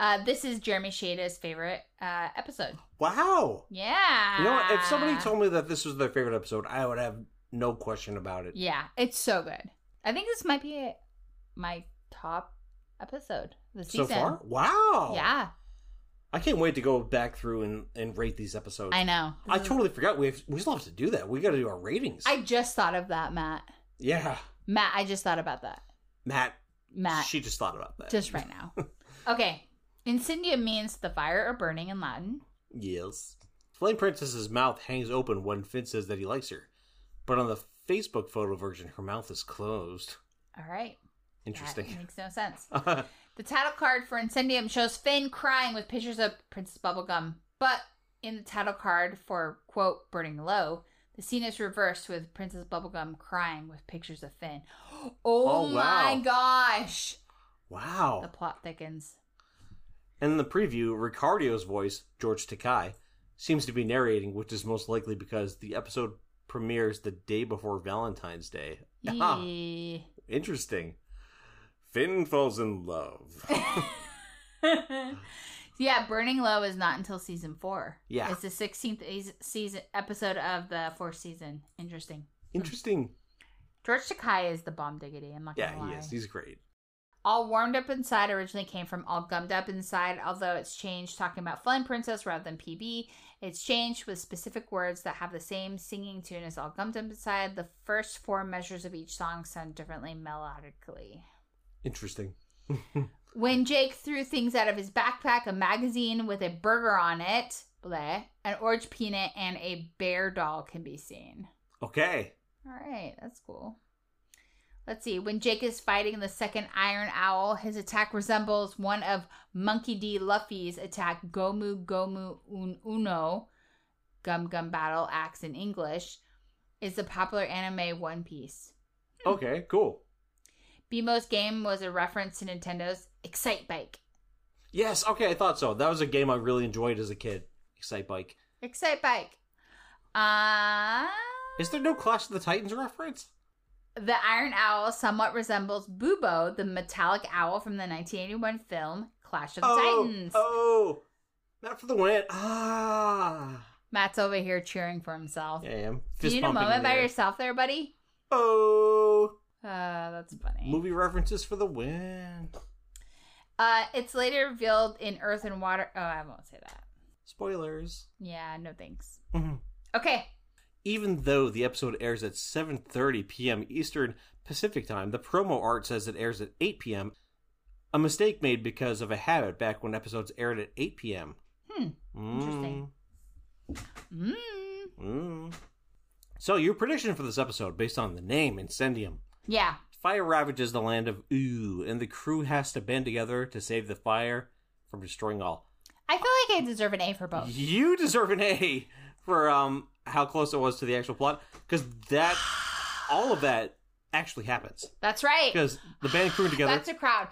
Uh, this is Jeremy Shada's favorite uh, episode. Wow. Yeah. You know, what? if somebody Ah. told me that this was their favorite episode, I would have no question about it. Yeah, it's so good. I think this might be my top episode this So season. far? Wow. Yeah, I can't wait to go back through and, and rate these episodes. I know. I totally forgot we have, we still have to do that. We got to do our ratings. I just thought of that, Matt. yeah, Matt, I just thought about that. Matt, Matt. She just thought about that. just right now. okay. Incendia means the fire or burning in Latin. yes. Flame Princess's mouth hangs open when Finn says that he likes her, but on the Facebook photo version, her mouth is closed. All right. That Interesting. makes no sense. The title card for Incendium shows Finn crying with pictures of Princess Bubblegum, but in the title card for, quote, Burning Low, the scene is reversed with Princess Bubblegum crying with pictures of Finn. Oh, Oh, wow. Oh. my gosh. The wow. plot thickens. And in the preview, Ricardio's voice, George Takai, seems to be narrating, which is most likely because the episode premieres the day before Valentine's Day. Ah. Yee. Interesting. Finn falls in love. yeah, Burning Low is not until season four. Yeah. it's the sixteenth season episode of the fourth season. Interesting. Interesting. George Takai is the bomb diggity. I'm not gonna Yeah, lie. he is. He's great. All warmed up inside originally came from all gummed up inside, although it's changed talking about Flynn Princess rather than PB. It's changed with specific words that have the same singing tune as all gummed up inside. The first four measures of each song sound differently melodically. Interesting. When Jake threw things out of his backpack, a magazine with a burger on it, bleh, an orange peanut, and a bear doll can be seen. Okay. All right, that's cool. Let's see. When Jake is fighting the second Iron Owl, his attack resembles one of Monkey D. Luffy's attack, Gomu Gomu Un Uno, Gum Gum Battle Axe in English, is the popular anime One Piece. Hmm. Okay, cool. BMO's game was a reference to Nintendo's Excite Bike. Yes, okay, I thought so. That was a game I really enjoyed as a kid. Excite Bike. Excite Bike. Uh, Is there no Clash of the Titans reference? the Iron Owl somewhat resembles Bubo, the metallic owl from the 1981 film Clash of the oh, Titans. Oh, not for the win. Ah. Matt's over here cheering for himself. Yeah, I am. Do Fist you need a pumping in moment the by air. yourself there, buddy? Oh. Uh, that's funny. Movie references for the win. Uh, it's later revealed in Earth and Water. Oh, I won't say that. Spoilers. Yeah, no thanks. Mhm. Okay. Even though the episode airs at 7:30 p.m. Eastern Pacific Time, the promo art says it airs at 8 p.m. A mistake made because of a habit back when episodes aired at 8 p.m. Hmm. Mm. Interesting. Mm. Mm. So, your prediction for this episode, based on the name Incendium, Yeah. fire ravages the land of Ooh, and the crew has to band together to save the fire from destroying all. I feel like I deserve an A for both. You deserve an A for um how close it was to the actual plot, because that all of that actually happens That's right. because the band crew together. That's a crowd.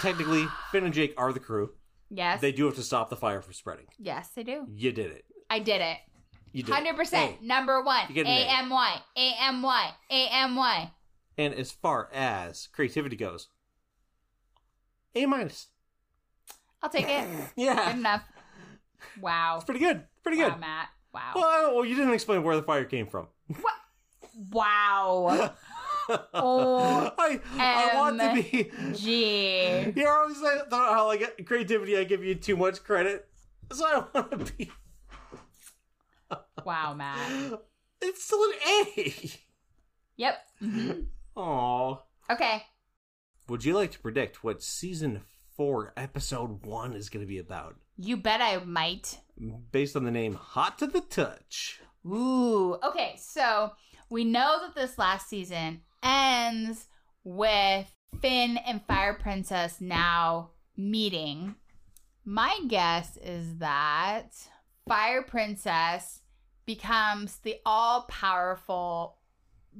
technically, Finn and Jake are the crew. Yes. They do have to stop the fire from spreading. yes, they do. You did it. I did it. You did. it. Hundred percent. Number one. You A get an A. M Y. A M Y. A M Y. Hey, And as far as creativity goes, A minus. I'll take it. Good Yeah, enough. Wow. it's pretty good. Pretty good. Wow, Matt. Wow. Well, I- well, you didn't explain where the fire came from. Wow. Oh, I I want to be. gee. You're always like, "Oh, how like creativity. I give you too much credit, so I don't want to be. Wow, Matt. It's still an A. Yep. Mhm. Aw. Okay. Would you like to predict what season four, episode one, is going to be about? You bet I might. Based on the name "Hot to the Touch." Ooh. Okay, so we know that this last season ends with Finn and Fire Princess now meeting. My guess is that Fire Princess becomes the all powerful,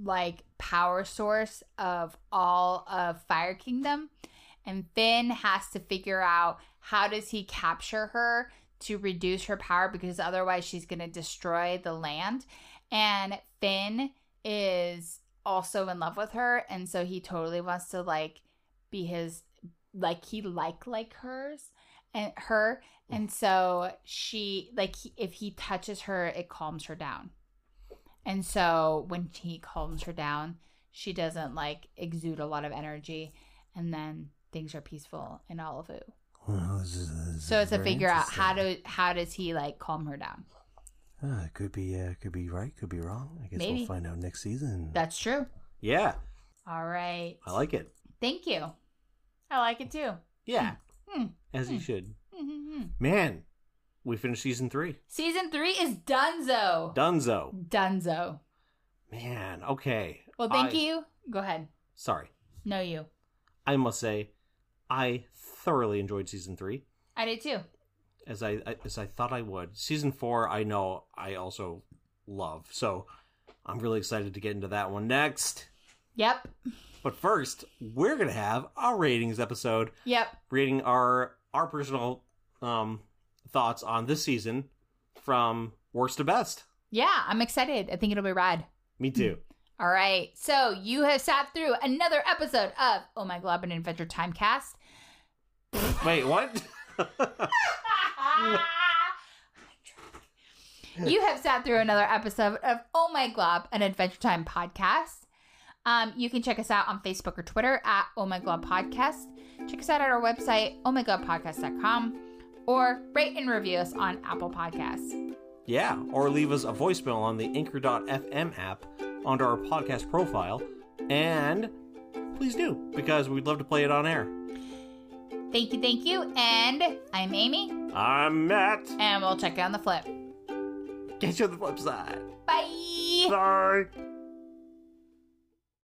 like, power source of all of Fire Kingdom. And Finn has to figure out how does he capture her to reduce her power because otherwise she's going to destroy the land. And Finn is also in love with her and so he totally wants to like be his like he like like hers and her and so she like he, if he touches her it calms her down. And so when he calms her down, she doesn't like exude a lot of energy and then things are peaceful in all of it. So it's a figure out how to how does he like calm her down? Ah, it could be uh, could be right, could be wrong. I guess Maybe. we'll find out next season. That's true. Yeah, All right. I like it. Thank you. I like it too. Yeah, Hmm. as you should. Mm-hmm. Man, we finished season three. Season three is Dunzo. Dunzo. Dunzo. Man, okay. Well, thank I- you. Go ahead. Sorry, No, you. I must say, I thoroughly enjoyed season three. I did too. as I I- as I thought I would. Season four, I know I also love, so I'm really excited to get into that one next. Yep. But first, we're gonna have our ratings episode, Yep. rating our our personal um thoughts on this season from worst to best. Yeah, I'm excited. I think it'll be rad. Me too. All right. So you have sat through another episode of Oh My Glob and Adventure Timecast. Wait, what? you have sat through another episode of Oh My Glob, an Adventure Time podcast. Um, you can check us out on Facebook or Twitter at Oh My Glob Podcast. Check us out at our website, ohmyglobpodcast.com, or rate and review us on Apple Podcasts. yeah, or leave us a voicemail on the Anchor.fm app under our podcast profile, and please do because we'd love to play it on air. Thank you, thank you. And I'm Amy, I'm Matt. and we'll check you on the flip. Catch you on the flip side. Bye. Bye.